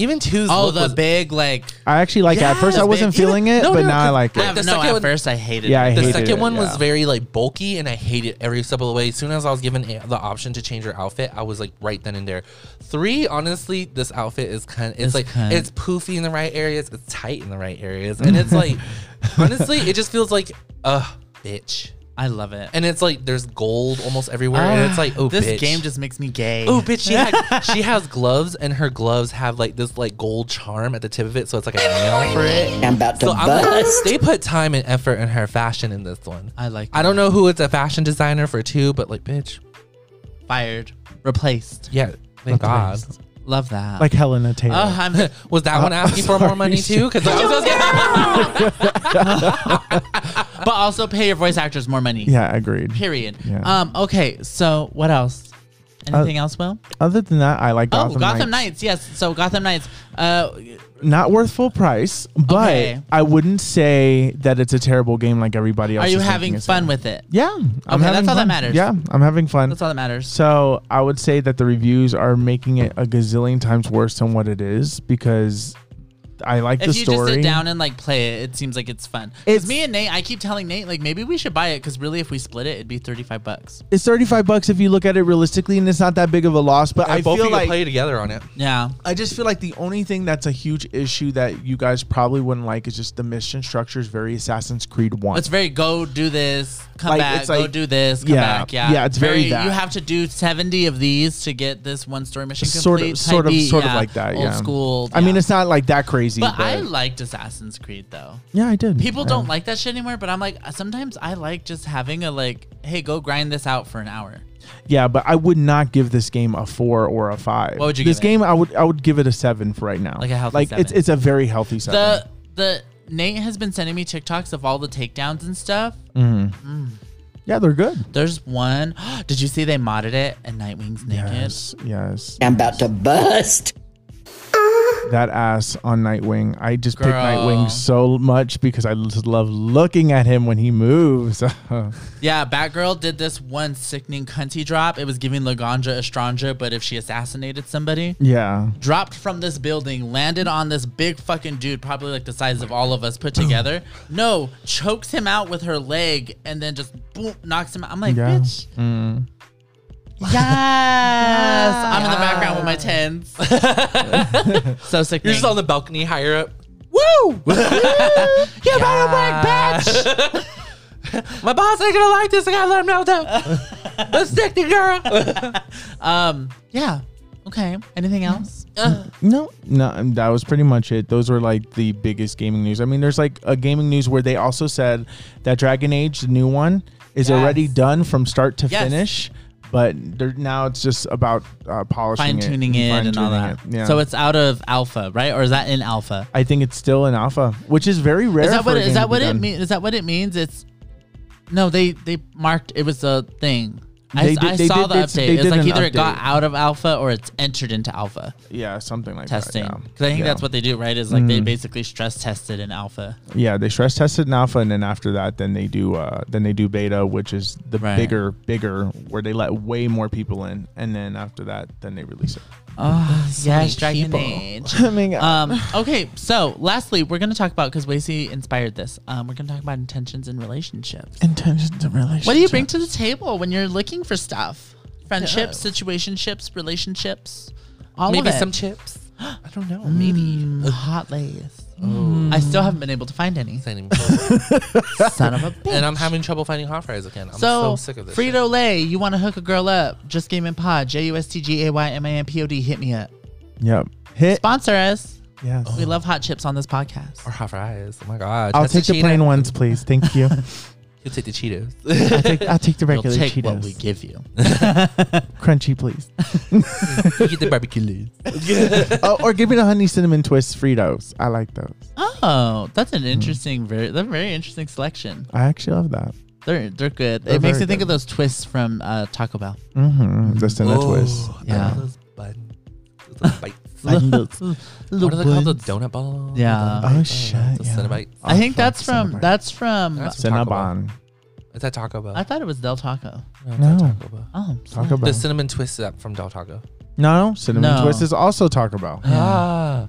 S3: Even two's
S2: Oh,
S3: look
S2: the
S3: was-
S2: big like.
S1: I actually like. it. At first, I
S3: Yes,
S1: wasn't
S3: babe. Even-
S1: feeling it,
S3: no,
S1: but
S3: no,
S1: now I
S3: 'cause
S1: like
S3: I
S1: it.
S3: have
S2: the
S3: no-
S2: second
S3: at
S2: one,
S3: first
S2: first I hated.
S1: Yeah, I
S2: it.
S1: hated
S3: the second
S1: it,
S3: one was
S1: yeah.
S3: very like bulky and i hated every step of the way as soon as i was given a- the option to change her outfit i was like right then and there three honestly this outfit is kind it's,
S2: It's
S3: like
S2: kind-
S3: it's poofy in the right areas it's tight in the right areas and
S2: [LAUGHS]
S3: it's like honestly it just feels like uh bitch
S2: I love it.
S3: and it's like there's gold almost
S1: Ah.
S3: everywhere and it's like oh
S2: this
S3: bitch.
S2: game just makes me gay.
S3: Oh bitch!
S2: [LAUGHS]
S3: She, had, she has gloves, and her gloves have like this like gold charm at the tip of it, so it's like a nail for it.
S5: I'm about to
S3: So I'm like,
S5: bust.
S3: they put time and effort in her fashion in this one.
S2: I like.
S3: I don't know who it's a fashion designer for too, but like, bitch,
S2: it. fired, replaced.
S3: yeah, thank God.
S1: Replaced.
S2: Love that.
S1: like Helena Taylor.
S2: [LAUGHS] oh, [LAUGHS]
S3: [LAUGHS]
S2: I'm.
S1: [LAUGHS]
S3: Was that one asking for more money
S1: sorry.
S3: too? Because I was just
S2: [LAUGHS] but also pay your voice actors more money.
S1: Yeah, agreed.
S2: Period.
S1: Yeah.
S2: Um. Okay. So what else? Anything else, Will?
S1: Other than that, I like Gotham,
S2: oh, Gotham
S1: Knights.
S2: Knights. Yes. So Gotham Knights. Uh.
S1: Not worth full price, but
S2: Okay.
S1: I wouldn't say that it's a terrible game like everybody else.
S2: Are you
S1: is making
S2: having
S1: it
S2: fun
S1: sound.
S2: with it?
S1: Yeah, I'm
S2: Okay, that's
S1: having
S2: all that
S1: fun.
S2: matters.
S1: Yeah, I'm having fun.
S2: That's all that matters.
S1: So I would say that the reviews are making it a gazillion times worse than what it is because I like the
S2: if you
S1: story.
S2: just sit down and like play it, it seems like it's fun. It's me and Nate. I keep telling Nate like maybe we should buy it because really, if we split it, it'd be thirty five bucks.
S1: it's 35 bucks if you look at it realistically, and it's not that big of a loss. But I
S3: both
S1: feel
S3: of you
S1: like
S3: play together on it.
S2: Yeah.
S1: I just feel like the only thing that's a huge issue that you guys probably wouldn't like is just the mission structure is very Assassin's Creed One.
S2: It's very go do this, come
S1: Like,
S2: back,
S1: it's
S2: go
S1: like-
S2: do this, come
S1: yeah,
S2: back. Yeah,
S1: yeah, it's very that.
S2: You have to do seventy of these to get this one story mission
S1: sort
S2: complete.
S1: of, sort
S2: type
S1: of,
S2: beat.
S1: sort of
S2: Yeah,
S1: like that.
S2: Old
S1: yeah.
S2: school.
S1: I mean,
S2: yeah.
S1: it's not like that crazy.
S2: But
S1: But,
S2: I liked Assassin's Creed though.
S1: yeah, I did.
S2: People
S1: Yeah.
S2: don't like that shit anymore, but I'm like, sometimes I like just having a like, hey, go grind this out for an hour.
S1: Yeah, but I would not give this game a four or a five.
S2: What would you
S1: This
S2: give it?
S1: game, I would, I would give it a seven for right now.
S2: Like a healthy
S1: like it's,
S2: seven.
S1: it's a very healthy seven.
S2: The the Nate has been sending me TikToks of all the takedowns and stuff.
S1: yeah, they're good.
S2: There's one. [GASPS] Did you see they modded it and Nightwing's naked?
S1: Yes, yes.
S5: I'm about to bust.
S1: That ass on Nightwing. I just pick
S2: Girl.
S1: Nightwing so much because I just love looking at him when he moves. [LAUGHS]
S2: Yeah, Batgirl did this one sickening cunty drop. It was giving Laganja Estranja, but if she assassinated somebody,
S1: yeah.
S2: dropped from this building, landed on this big fucking dude, probably like the size of all of us put together. no, chokes him out with her leg and then just boom, knocks him out. I'm like,
S1: Yeah.
S2: bitch. Yes.
S3: [LAUGHS]
S2: I'm in the background with my tens. so sick.
S3: You're just on the balcony higher up. [LAUGHS]
S2: Woo!
S3: You better work, bitch.
S2: [LAUGHS]
S3: My boss ain't gonna like this. I gotta let him know though. Let's stick the
S2: [LAUGHS]
S3: girl.
S2: Um, yeah. Okay. Anything else?
S1: No, no, um, that was pretty much it. Those were like the biggest gaming news. I mean, there's like a gaming news where they also said that Dragon Age, the new one, is
S2: Yes.
S1: already done from start to
S2: Yes.
S1: finish. But they're, now it's just about uh, polishing,
S2: Fine tuning
S1: it,
S2: it and all
S1: fine-tuning
S2: that.
S1: it. Yeah.
S2: So it's out of alpha, right? Or is that in alpha?
S1: I think it's still an alpha, which is very rare.
S2: Is that
S1: for
S2: what
S1: a
S2: is
S1: game to
S2: that
S1: be
S2: what it
S1: done.
S2: means? Is that what it means? It's no, they they marked it was a thing. I,
S1: They did-
S2: I
S1: they did-
S2: saw the
S1: they- they
S2: update. It's
S1: did
S2: like
S1: an
S2: either it got
S1: update.
S2: out of alpha or it's entered into alpha
S1: Yeah, something like
S2: testing.
S1: that.
S2: Because
S1: yeah.
S2: I think
S1: Yeah.
S2: that's what they do, right? Is like they basically stress tested in alpha.
S1: Yeah, they stress test it in alpha, and then after that, then they do uh, then they do beta, which is the
S2: Right.
S1: bigger, bigger, where they let way more people in, and then after that, then they release it.
S2: Oh, yes, Dragon
S5: people.
S2: Age.
S1: I mean,
S2: [LAUGHS] Um, okay, so lastly, we're gonna talk about because Wacy inspired this. Um, we're gonna talk about intentions in relationships.
S1: intentions and relationships.
S2: What do you bring to the table when you're looking for stuff? Friendships, situationships, relationships, all
S3: Maybe
S2: of it. Mm. [GASPS]
S3: some chips.
S1: I don't know.
S2: Maybe
S3: [LAUGHS]
S2: hot lays.
S3: Oh.
S2: I still haven't been able to find any. Son of a bitch.
S3: [LAUGHS] and I'm having trouble finding hot fries again. I'm so,
S2: so,
S3: sick of this. shit.
S2: Frito Lay, you want to hook a girl up? Just Game and Pod, J U S T G A Y M A N P O D. Hit me up.
S1: Yep. Hit.
S2: Sponsor us.
S1: Yes.
S2: We love hot chips on this podcast.
S3: Or hot fries. Oh my god.
S1: I'll
S3: That's
S1: take the
S3: Cheeto.
S1: plain ones, please. Thank
S2: [LAUGHS]
S1: you.
S3: You'll take the Cheetos.
S1: I'll take, I'll take the
S2: We'll
S1: regular
S2: take what
S1: Cheetos.
S2: we give you.
S1: [LAUGHS] Crunchy, please.
S3: you get the barbecue leaves.
S1: oh, or give me the honey cinnamon twist Fritos. I like those.
S2: Oh, that's
S3: Mm.
S2: an interesting, very, that's a very interesting selection.
S1: I actually love that.
S2: They're they're good.
S1: They're
S2: it makes
S1: very
S2: me think
S1: good.
S2: of those twists from uh, Taco Bell.
S1: Mm-hmm. The cinnamon
S2: [LAUGHS]
S1: twist.
S2: Yeah.
S3: Yeah. Those buns. Those bites.
S1: I
S3: [LAUGHS]
S1: love-
S3: What are they called? The
S2: buns.
S3: donut balls.
S2: Yeah.
S1: Oh, shit.
S3: The
S1: yeah.
S3: Cinnabites.
S2: I think
S1: fuck,
S2: that's from
S1: Cinnabon.
S2: that's from.
S3: That's-
S1: Cinnabon.
S3: Is that Taco Bell?
S2: I thought it was Del Taco.
S1: No.
S3: it's not Taco Bell.
S2: Oh, sorry.
S1: Taco Bell.
S3: The cinnamon twist is up from Del Taco.
S1: no, cinnamon
S2: No.
S1: twist is also Taco
S2: [LAUGHS]
S1: Bell.
S3: Ah.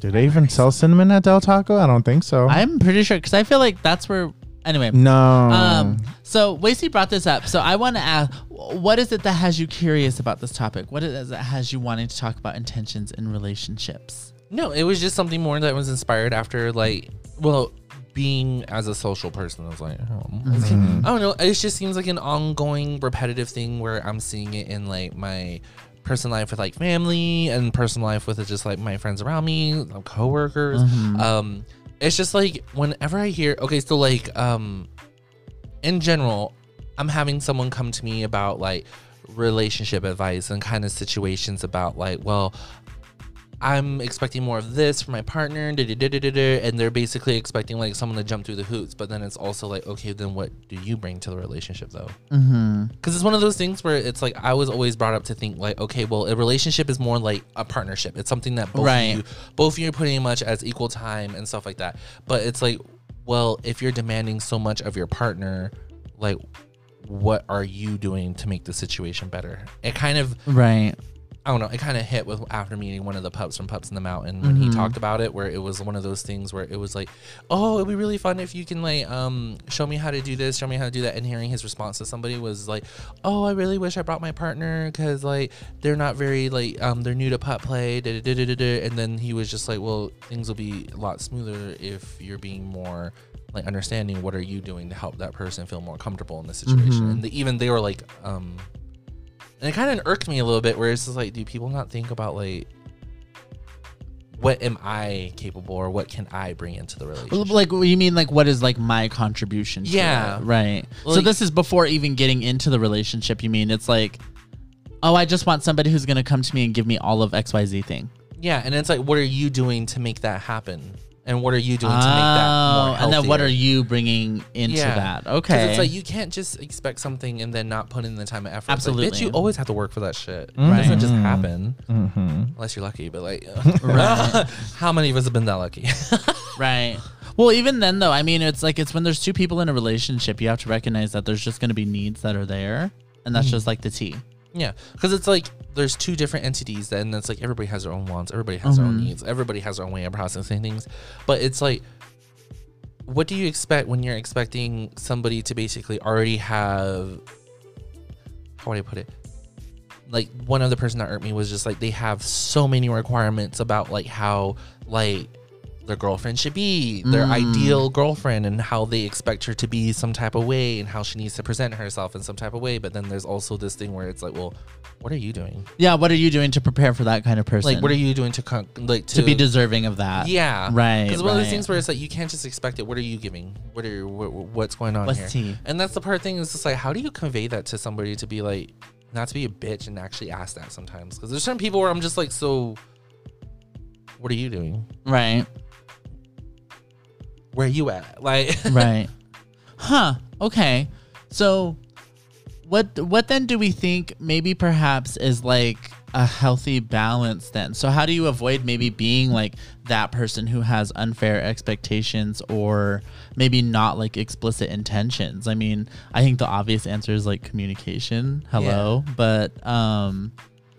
S1: Do they even sell cinnamon at Del Taco? I don't think so.
S2: I'm pretty sure because I feel like that's where. Anyway,
S1: no.
S2: um, so Wacy brought this up, so I want to ask, what is it that has you curious about this topic? What is it that has you wanting to talk about intentions in relationships?
S3: No, it was just something more that was inspired after like, well, being as a social person, I was like, oh, okay. I don't know. It just seems like an ongoing, repetitive thing where I'm seeing it in like my personal life with like family and personal life with just like my friends around me, like, coworkers. Um, it's just like whenever I hear, okay, so like, um, in general, I'm having someone come to me about like relationship advice and kind of situations about like, well, I'm expecting more of this from my partner, da- da- da- da- da- da, and they're basically expecting like someone to jump through the hoops. But then it's also like, okay, then what do you bring to the relationship though?
S2: Mm-hmm.
S3: Because it's one of those things where it's like I was always brought up to think like, okay, well, a relationship is more like a partnership. It's something that both
S2: Right.
S3: of you, both of you are putting much as equal time and stuff like that. But it's like, well, if you're demanding so much of your partner, like, what are you doing to make the situation better? It kind of
S2: Right.
S3: I don't know. It kind of hit with after meeting one of the pups from Pups in the Mountain when he talked about it, where it was one of those things where it was like, "Oh, it'd be really fun if you can like um show me how to do this, show me how to do that." And hearing his response to somebody was like, "Oh, I really wish I brought my partner because like they're not very like um they're new to pup play." Da, da, da, da, da. And then he was just like, "Well, things will be a lot smoother if you're being more." Like understanding what are you doing to help that person feel more comfortable in the situation, and the, even they were like, um, and it kind of irked me a little bit where it's just like do people not think about like what am i capable or what can i bring into the
S2: Well,
S3: relationship
S2: Like you mean like what is like my contribution? to
S3: Yeah.
S2: it, right. so
S3: Like-
S2: this is before even getting into the relationship. You mean it's like, oh, I just want somebody who's gonna come to me and give me all of X Y Z thing.
S3: yeah and it's like what are you doing to make that happen and what are you doing to make that
S2: Oh,
S3: more
S2: and then what
S3: healthier?
S2: are you bringing into
S3: Yeah.
S2: that?
S3: 'Cause
S2: Okay,
S3: it's like you can't just expect something and then not put in the time and effort. It's like,
S2: Absolutely.
S3: bitch, you always have to work for that shit. It
S2: Right.
S3: doesn't just happen
S1: Mm-hmm.
S3: unless you're lucky. But like,
S2: [LAUGHS] Right.
S3: [LAUGHS] how many of us have been that lucky?
S2: right. Well, even then though, I mean, it's like it's when there's two people in a relationship, you have to recognize that there's just gonna be needs that are there, and
S3: Mm-hmm.
S2: that's just like the tea.
S3: Yeah, because it's like there's two different entities, then it's like everybody has their own wants, everybody has their own needs, everybody has their own way of processing things. But it's like, what do you expect when you're expecting somebody to basically already have? How would I put it? Like one other person that hurt me was just like they have so many requirements about like how like their girlfriend should be, their
S2: Mm.
S3: ideal girlfriend, and how they expect her to be some type of way and how she needs to present herself in some type of way. But then there's also this thing where it's like, well, what are you doing?
S2: Yeah, what are you doing to prepare for that kind of person?
S3: Like, what are you doing to con- like to,
S2: to be deserving of that?
S3: Yeah,
S2: Right,
S3: Because one of
S2: right.
S3: those things where it's like you can't just expect it. What are you giving? What are what, what's going on
S2: What's
S3: here?
S2: tea?
S3: And that's the part thing is just like, how do you convey that to somebody to be like, not to be a bitch and actually ask that sometimes? Because there's certain people where I'm just like, so, what are you doing?
S2: Right.
S3: Where are you at? Like, [LAUGHS]
S2: right huh okay so what what then do we think maybe perhaps is like a healthy balance then so how do you avoid maybe being like that person who has unfair expectations or maybe not like explicit intentions i mean i think the obvious answer is like communication hello but um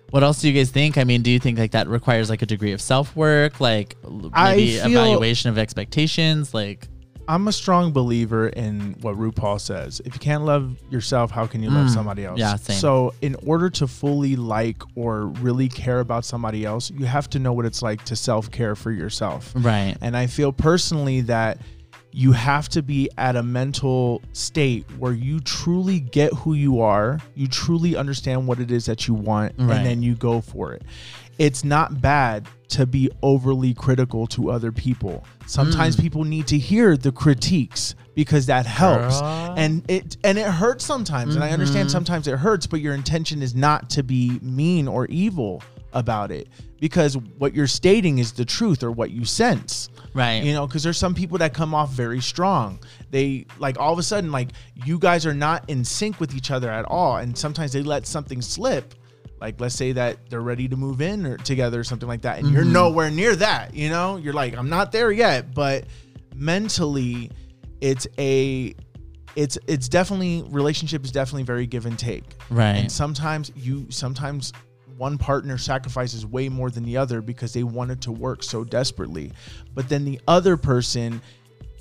S2: what else do you guys think? I mean, do you think like that requires like a degree of self work, like l-
S1: I
S2: maybe
S1: feel-
S2: evaluation of expectations, like
S1: I'm a strong believer in what RuPaul says. If you can't love yourself, how can you love somebody else?
S2: Mm. Yeah, same.
S1: So, in order to fully like or really care about somebody else, you have to know what it's like to self care for yourself.
S2: right?
S1: And I feel personally that you have to be at a mental state where you truly get who you are, you truly understand what it is that you want,
S2: Right.
S1: and then you go for it. It's not bad to be overly critical to other people. Sometimes people need to hear the critiques because that helps.
S3: Girl.
S1: And it and it hurts sometimes. And I understand sometimes it hurts, but your intention is not to be mean or evil about it because what you're stating is the truth or what you sense
S2: Right.
S1: you know because there's some people that come off very strong they like all of a sudden like you guys are not in sync with each other at all and sometimes they let something slip like let's say that they're ready to move in or together or something like that and you're nowhere near that you know you're like i'm not there yet but mentally it's a it's it's definitely relationship is definitely very give and take
S2: Right.
S1: and sometimes you sometimes one partner sacrifices way more than the other because they wanted to work so desperately but then the other person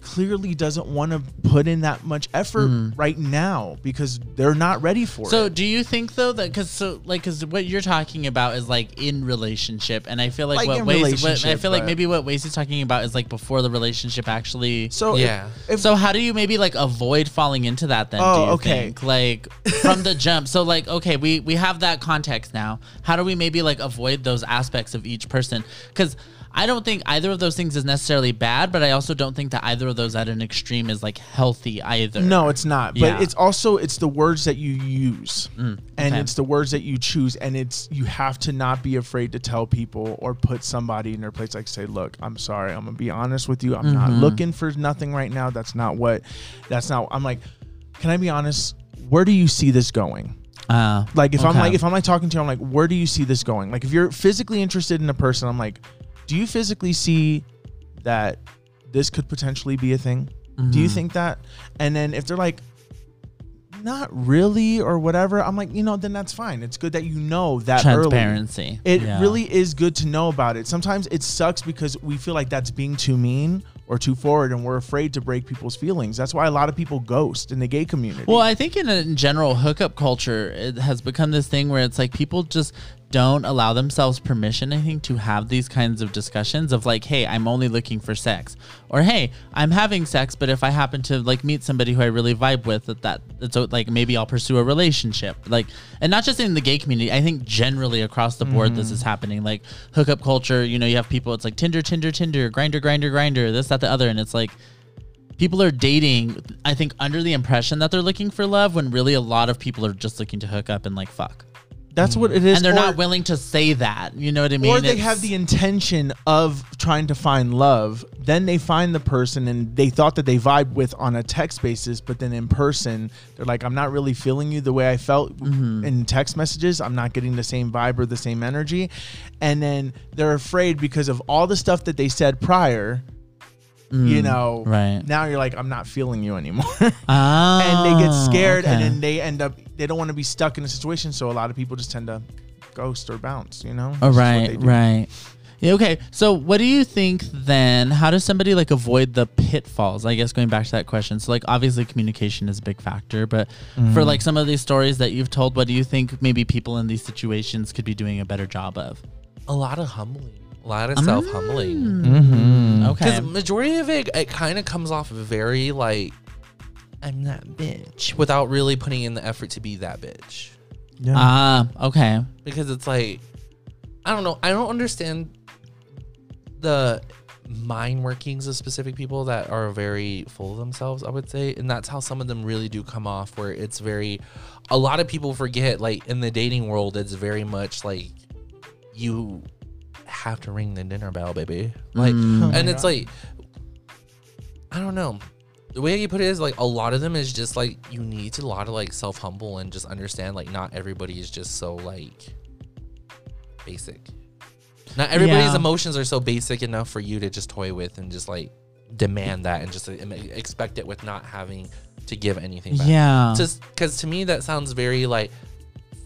S1: clearly doesn't want to put in that much effort right now because they're not ready for it
S2: Mm. So do you think though that because so like because what you're talking about is like in relationship, and I feel like,
S1: Like,
S2: what
S1: in
S2: Waze, what, I
S1: relationship,
S2: feel like
S1: but-
S2: maybe what Waze is talking about is like before the relationship actually.
S1: so
S3: Yeah.
S1: if, if
S2: so how do you maybe like avoid falling into that then?
S1: Oh,
S2: do you
S1: okay.
S2: Think? Like from
S1: [LAUGHS]
S2: the jump. So like okay, we we have that context now. How do we maybe like avoid those aspects of each person? Because I don't think either of those things is necessarily bad, but I also don't think that either of those at an extreme is like healthy either.
S1: No, it's not. But
S2: Yeah. Mm,
S1: it's also it's the words that you use, and
S2: okay.
S1: it's the words that you choose, and it's you have to not be afraid to tell people or put somebody in their place. Like say, look, I'm sorry. I'm gonna be honest with you. I'm not
S2: Mm-hmm.
S1: looking for nothing right now. That's not what. That's not. I'm like, can I be honest? Where do you see this going?
S2: Uh,
S1: Like if I'm
S2: Okay.
S1: like if I'm like talking to you, I'm like, where do you see this going? Like if you're physically interested in a person, I'm like, do you physically see that this could potentially be a thing? Do
S2: Mm-hmm.
S1: you think that? And then if they're like, not really or whatever, I'm like, you know, then that's fine. It's good that you know that early.
S2: transparency.
S1: It
S2: Yeah.
S1: really is good to know about it. Sometimes it sucks because we feel like that's being too mean or too forward and we're afraid to break people's feelings. That's why a lot of people ghost in the gay community.
S2: Well, I think in, in general, hookup culture it has become this thing where it's like people just don't allow themselves permission, I think, to have these kinds of discussions of like, hey, I'm only looking for sex, or hey, I'm having sex, but if I happen to like meet somebody who I really vibe with, that that it's uh, like maybe I'll pursue a relationship, like, and not just in the gay community. I think generally across the board,
S1: Mm-hmm.
S2: this is happening. Like hookup culture, you know, you have people. It's like Tinder, Tinder, Tinder, Grinder, Grinder, Grinder, this, that, the other, and it's like people are dating i think under the impression that they're looking for love when really a lot of people are just looking to hook up and like fuck
S1: that's what it is.
S2: and they're
S1: or-
S2: not willing to say that you know what i mean
S1: or they
S2: It's-
S1: have the intention of trying to find love. Then they find the person and they thought that they vibe with on a text basis, but then in person, they're like, I'm not really feeling you the way I felt
S2: Mm-hmm.
S1: in text messages. I'm not getting the same vibe or the same energy. And then they're afraid because of all the stuff that they said prior. you know,
S2: Mm, right.
S1: now you're like, I'm not feeling you anymore. [LAUGHS]
S2: Ah,
S1: and they get scared and
S2: okay.
S1: then they end up, they don't want to be stuck in a situation. So a lot of people just tend to ghost or bounce, you know?
S2: oh,
S1: It's just what
S2: right
S1: they do.
S2: right yeah, okay so what do you think then how does somebody like avoid the pitfalls i guess going back to that question so like obviously communication is a big factor but
S1: Mm-hmm.
S2: for like some of these stories that you've told what do you think maybe people in these situations could be doing a better job of
S3: a lot of humbling, a lot of self humbling.
S1: Mm.
S2: okay
S3: Because majority of it, it kind of comes off very like, I'm that bitch, without really putting in the effort to be that bitch.
S1: Yeah.
S2: ah okay
S3: Because it's like, I don't know, I don't understand the mind workings of specific people that are very full of themselves. I would say, and that's how some of them really do come off, where it's very. A lot of people forget, like in the dating world, it's very much like you have to ring the dinner bell, baby.
S2: Mm. Oh
S3: Like, and it's like, I don't know. The way you put it is like a lot of them is just like you need to a lot of like self humble and just understand like not everybody is just so like basic. Not everybody's
S2: Yeah.
S3: emotions are so basic enough for you to just toy with and just like demand that and just like, em- expect it with not having to give anything back.
S2: yeah
S3: Just because to me that sounds very like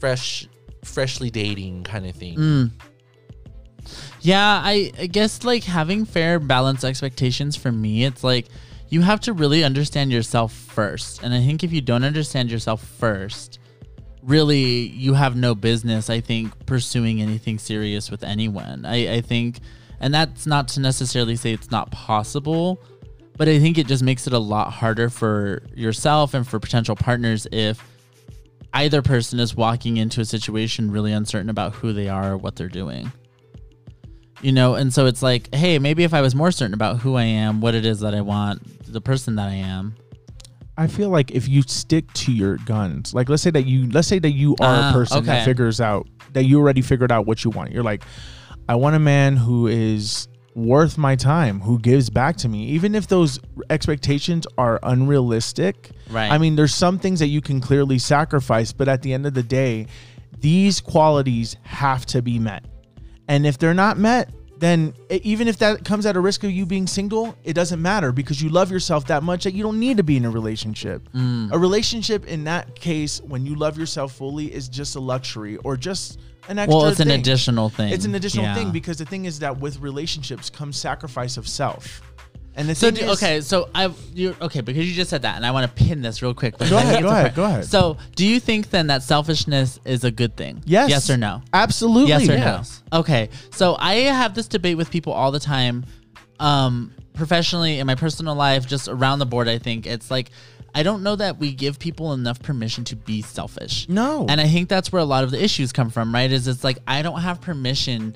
S3: fresh, freshly dating kind of thing.
S2: Yeah, I, I guess like having fair, balanced expectations for me, it's like you have to really understand yourself first. And I think if you don't understand yourself first, really you have no business, I think, pursuing anything serious with anyone. I, I think, and that's not to necessarily say it's not possible, but I think it just makes it a lot harder for yourself and for potential partners if either person is walking into a situation really uncertain about who they are or what they're doing you know and so it's like hey maybe if i was more certain about who i am what it is that i want the person that i am
S1: I feel like if you stick to your guns, like let's say that you let's say that you are
S2: Ah,
S1: a person
S2: okay.
S1: that figures out that you already figured out what you want. You're like, I want a man who is worth my time, who gives back to me, even if those expectations are unrealistic.
S2: Right.
S1: I mean, there's some things that you can clearly sacrifice, but at the end of the day, these qualities have to be met. And if they're not met, then e- even if that comes at a risk of you being single, it doesn't matter because you love yourself that much that you don't need to be in a relationship.
S2: Mm.
S1: A relationship in that case, when you love yourself fully, is just a luxury or just an extra.
S2: well it's an
S1: thing.
S2: additional thing
S1: It's an additional
S2: Yeah.
S1: thing because the thing is that with relationships comes sacrifice of self. And the
S2: so
S1: thing
S2: do,
S1: is,
S2: okay so i've you okay because you just said that and i want to pin this real quick
S1: Go ahead, go ahead, go ahead.
S2: so do you think then that selfishness is a good thing
S1: Yes.
S2: yes or no
S1: Absolutely.
S2: Yes or
S3: Yes.
S2: no? Okay. So I have this debate with people all the time, um, professionally in my personal life, just around the board. I think it's like I don't know that we give people enough permission to be selfish.
S1: No.
S2: and I think that's where a lot of the issues come from. Right? Is it's like I don't have permission.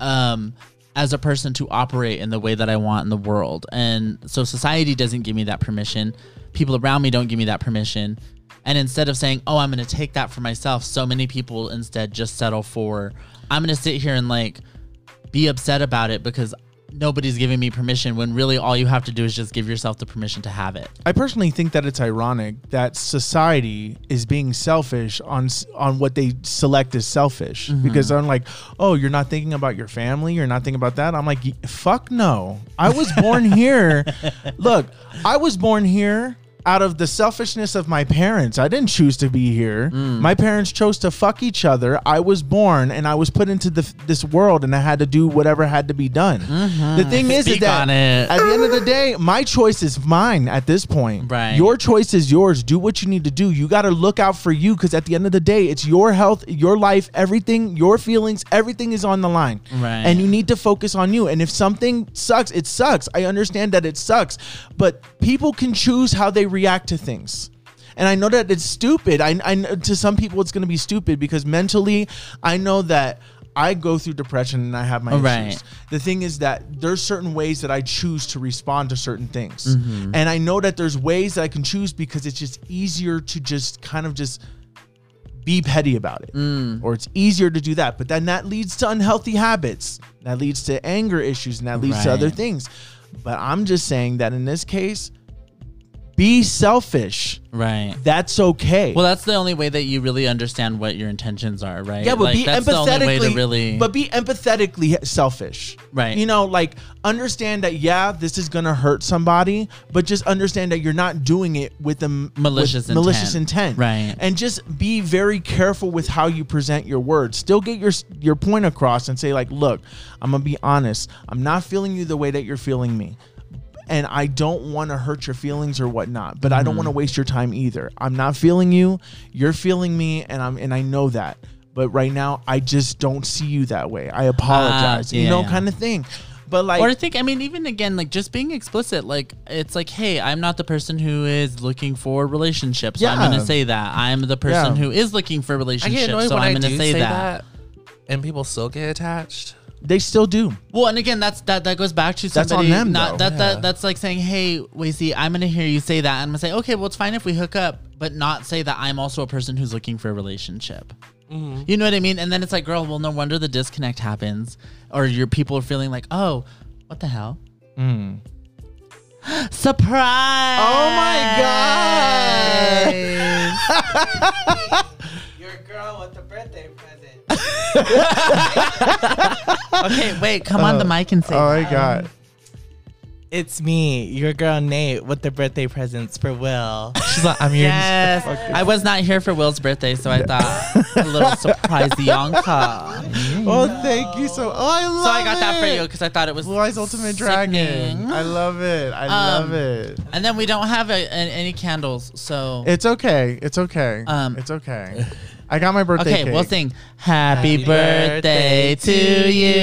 S2: Um, as a person to operate in the way that I want in the world. And so society doesn't give me that permission. People around me don't give me that permission. And instead of saying, "Oh, I'm going to take that for myself," so many people instead just settle for, "I'm going to sit here and like be upset about it because nobody's giving me permission." When really all you have to do is just give yourself the permission to have it.
S1: I personally think that it's ironic that society is being selfish on s- on what they select as selfish
S2: Mm-hmm.
S1: because I'm like, oh, you're not thinking about your family, you're not thinking about that. I'm like, "Y- fuck no. I was
S2: [LAUGHS]
S1: born here. Look, I was born here out of the selfishness of my parents. I didn't choose to be here.
S2: Mm.
S1: My parents chose to fuck each other. I was born and I was put into the, this world and I had to do whatever had to be done. The thing is, is
S2: Mm-hmm. Speak
S1: that
S2: on it.
S1: at the end of the day, my choice is mine at this point.
S2: Right.
S1: Your choice is yours. Do what you need to do. You got to look out for you because at the end of the day, it's your health, your life, everything, your feelings, everything is on the line.
S2: Right.
S1: And you need to focus on you. And if something sucks, it sucks. I understand that it sucks, but people can choose how they react to things. And I know that it's stupid. I, I kn- to some people it's going to be stupid because mentally, I know that I go through depression and I have my
S2: Right.
S1: issues. The thing is that there's certain ways that I choose to respond to certain things.
S2: Mm-hmm.
S1: And I know that there's ways that I can choose because it's just easier to just kind of just be petty about it.
S2: Mm.
S1: Or it's easier to do that. But then that leads to unhealthy habits. That leads to anger issues and that leads to other
S2: Right.
S1: things. But I'm just saying that in this case, be selfish.
S2: Right.
S1: That's okay.
S2: Mm. Well, that's the only way that you really understand what your intentions are, right?
S1: Yeah, but
S2: Like,
S1: be
S2: that's the only way
S1: empathetically.
S2: to really.
S1: But be empathetically selfish.
S2: Right.
S1: You know, like understand that yeah, this is gonna hurt somebody, but just understand that you're not doing it with a m-
S2: Malicious
S1: with malicious
S2: intent.
S1: intent.
S2: Right.
S1: And just be very careful with how you present your words. Still get your s- your point across and say like, look, I'm gonna be honest. I'm not feeling you the way that you're feeling me and I don't want to hurt your feelings or whatnot, but I don't want to waste your time either. I'm not feeling you, you're feeling me, and I'm and I know that. But right now, I just don't see you that way. I apologize,
S2: yeah,
S1: you know,
S2: yeah.
S1: kind of thing. But like,
S2: or I think I mean even again like just being explicit like it's like hey I'm not the person who is looking for relationships so I'm
S1: Yeah.
S2: gonna say that I'm the person
S1: Yeah.
S2: who is looking for
S3: I get
S2: relationships
S3: annoyed
S2: so
S3: when
S2: I'm
S3: I
S2: gonna
S3: do
S2: say, that.
S3: and people still get attached.
S1: they still do.
S2: Well, and again, that's that that goes back to
S1: That's
S2: somebody.
S1: on them,
S2: not,
S1: though.
S2: That,
S3: Yeah.
S2: that that's like saying, "Hey, Wacy, I'm gonna hear you say that." And I'm gonna say, "Okay, well, it's fine if we hook up, but not say that I'm also a person who's looking for a relationship." You know what I mean? And then it's like, "Girl, well, no wonder the disconnect happens, or your people are feeling like, oh, what the hell." [GASPS] Surprise!
S1: Oh my God.
S6: Your girl with the birthday present.
S2: [LAUGHS] okay, wait, come on the mic and say.
S1: Oh my god,
S6: It's me, your girl Nate, with the birthday presents for Will.
S3: She's like, I'm your
S2: Yes, I was not here for Will's birthday, so I thought a little
S1: [LAUGHS]
S2: surprise Yonka.
S1: oh thank you so. Oh, I love.
S2: So I got that for
S1: it.
S2: you because I thought it was
S1: Blue Eyes Ultimate Dragon.
S2: sickening. Um,
S1: I love it. I love it.
S2: And then we don't have a, an any candles, so
S1: It's okay. It's okay.
S2: Um,
S1: it's okay. I got my birthday.
S2: okay,
S1: cake.
S2: we'll sing. Happy,
S6: Happy
S2: birthday,
S6: birthday
S2: to
S6: to
S2: you.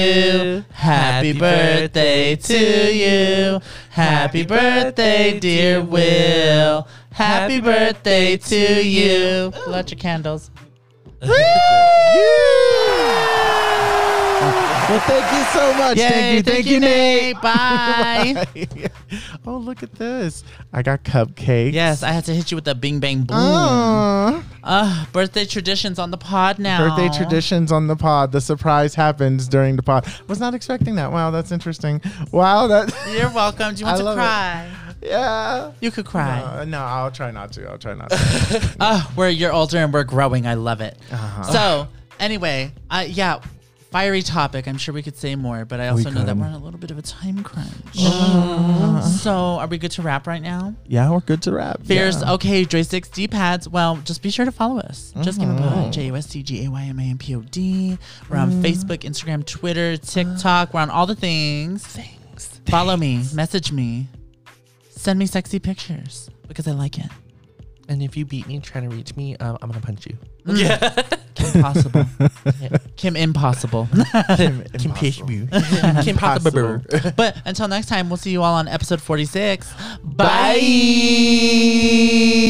S6: you.
S2: Happy
S6: Happy
S2: birthday
S6: birthday
S2: to you. Happy
S6: Happy
S2: birthday,
S6: birthday,
S2: dear
S6: dear
S2: Will. Happy
S6: Happy
S2: birthday
S6: birthday
S2: to
S6: to
S2: you. Blow out your candles.
S1: Well, thank you so much.
S2: Yay,
S1: thank you. Thank, you, [LAUGHS] Nate.
S2: Bye.
S1: oh, look at this. I got cupcakes.
S2: [LAUGHS] Yes, I had to hit you with the bing bang boom.
S1: Oh. Aw.
S2: Uh, birthday traditions on the pod now.
S1: Birthday traditions on the pod. The surprise happens during the pod. Was not expecting that. Wow, that's interesting. Wow, that.
S2: You're welcome. Do you want
S1: I
S2: to
S1: love it.
S2: cry?
S1: [LAUGHS] Yeah.
S2: You could cry.
S1: Uh, no, I'll try not to. I'll try not to.
S2: Ah, we're you're older and we're growing. I love it.
S1: Uh-huh.
S2: So anyway, uh, yeah, fiery topic. I'm sure we could say more, but I also know that
S1: could.
S2: we're on a little bit of a time crunch. so are we good to wrap right now?
S1: yeah, we're good to wrap.
S2: Fierce.
S1: Yeah.
S2: Okay, joysticks, D pads. Well, just be sure to follow us. Just give a
S1: Mm-hmm.
S2: pod. J U S T G A Y M A N P O D. We're on Facebook, Instagram, Twitter, TikTok. We're on all the things. Things. Follow me. Message me. Send me sexy pictures because I like it.
S1: [LAUGHS]
S3: And if you beat me trying to reach me, um, I'm gonna punch you.
S2: Impossible. Kim Impossible.
S1: [LAUGHS] Kim Impossible.
S3: Kim Pop the
S1: Possible.
S3: Boo.
S2: but until next time, we'll see you all on episode 46. Bye.
S1: Bye.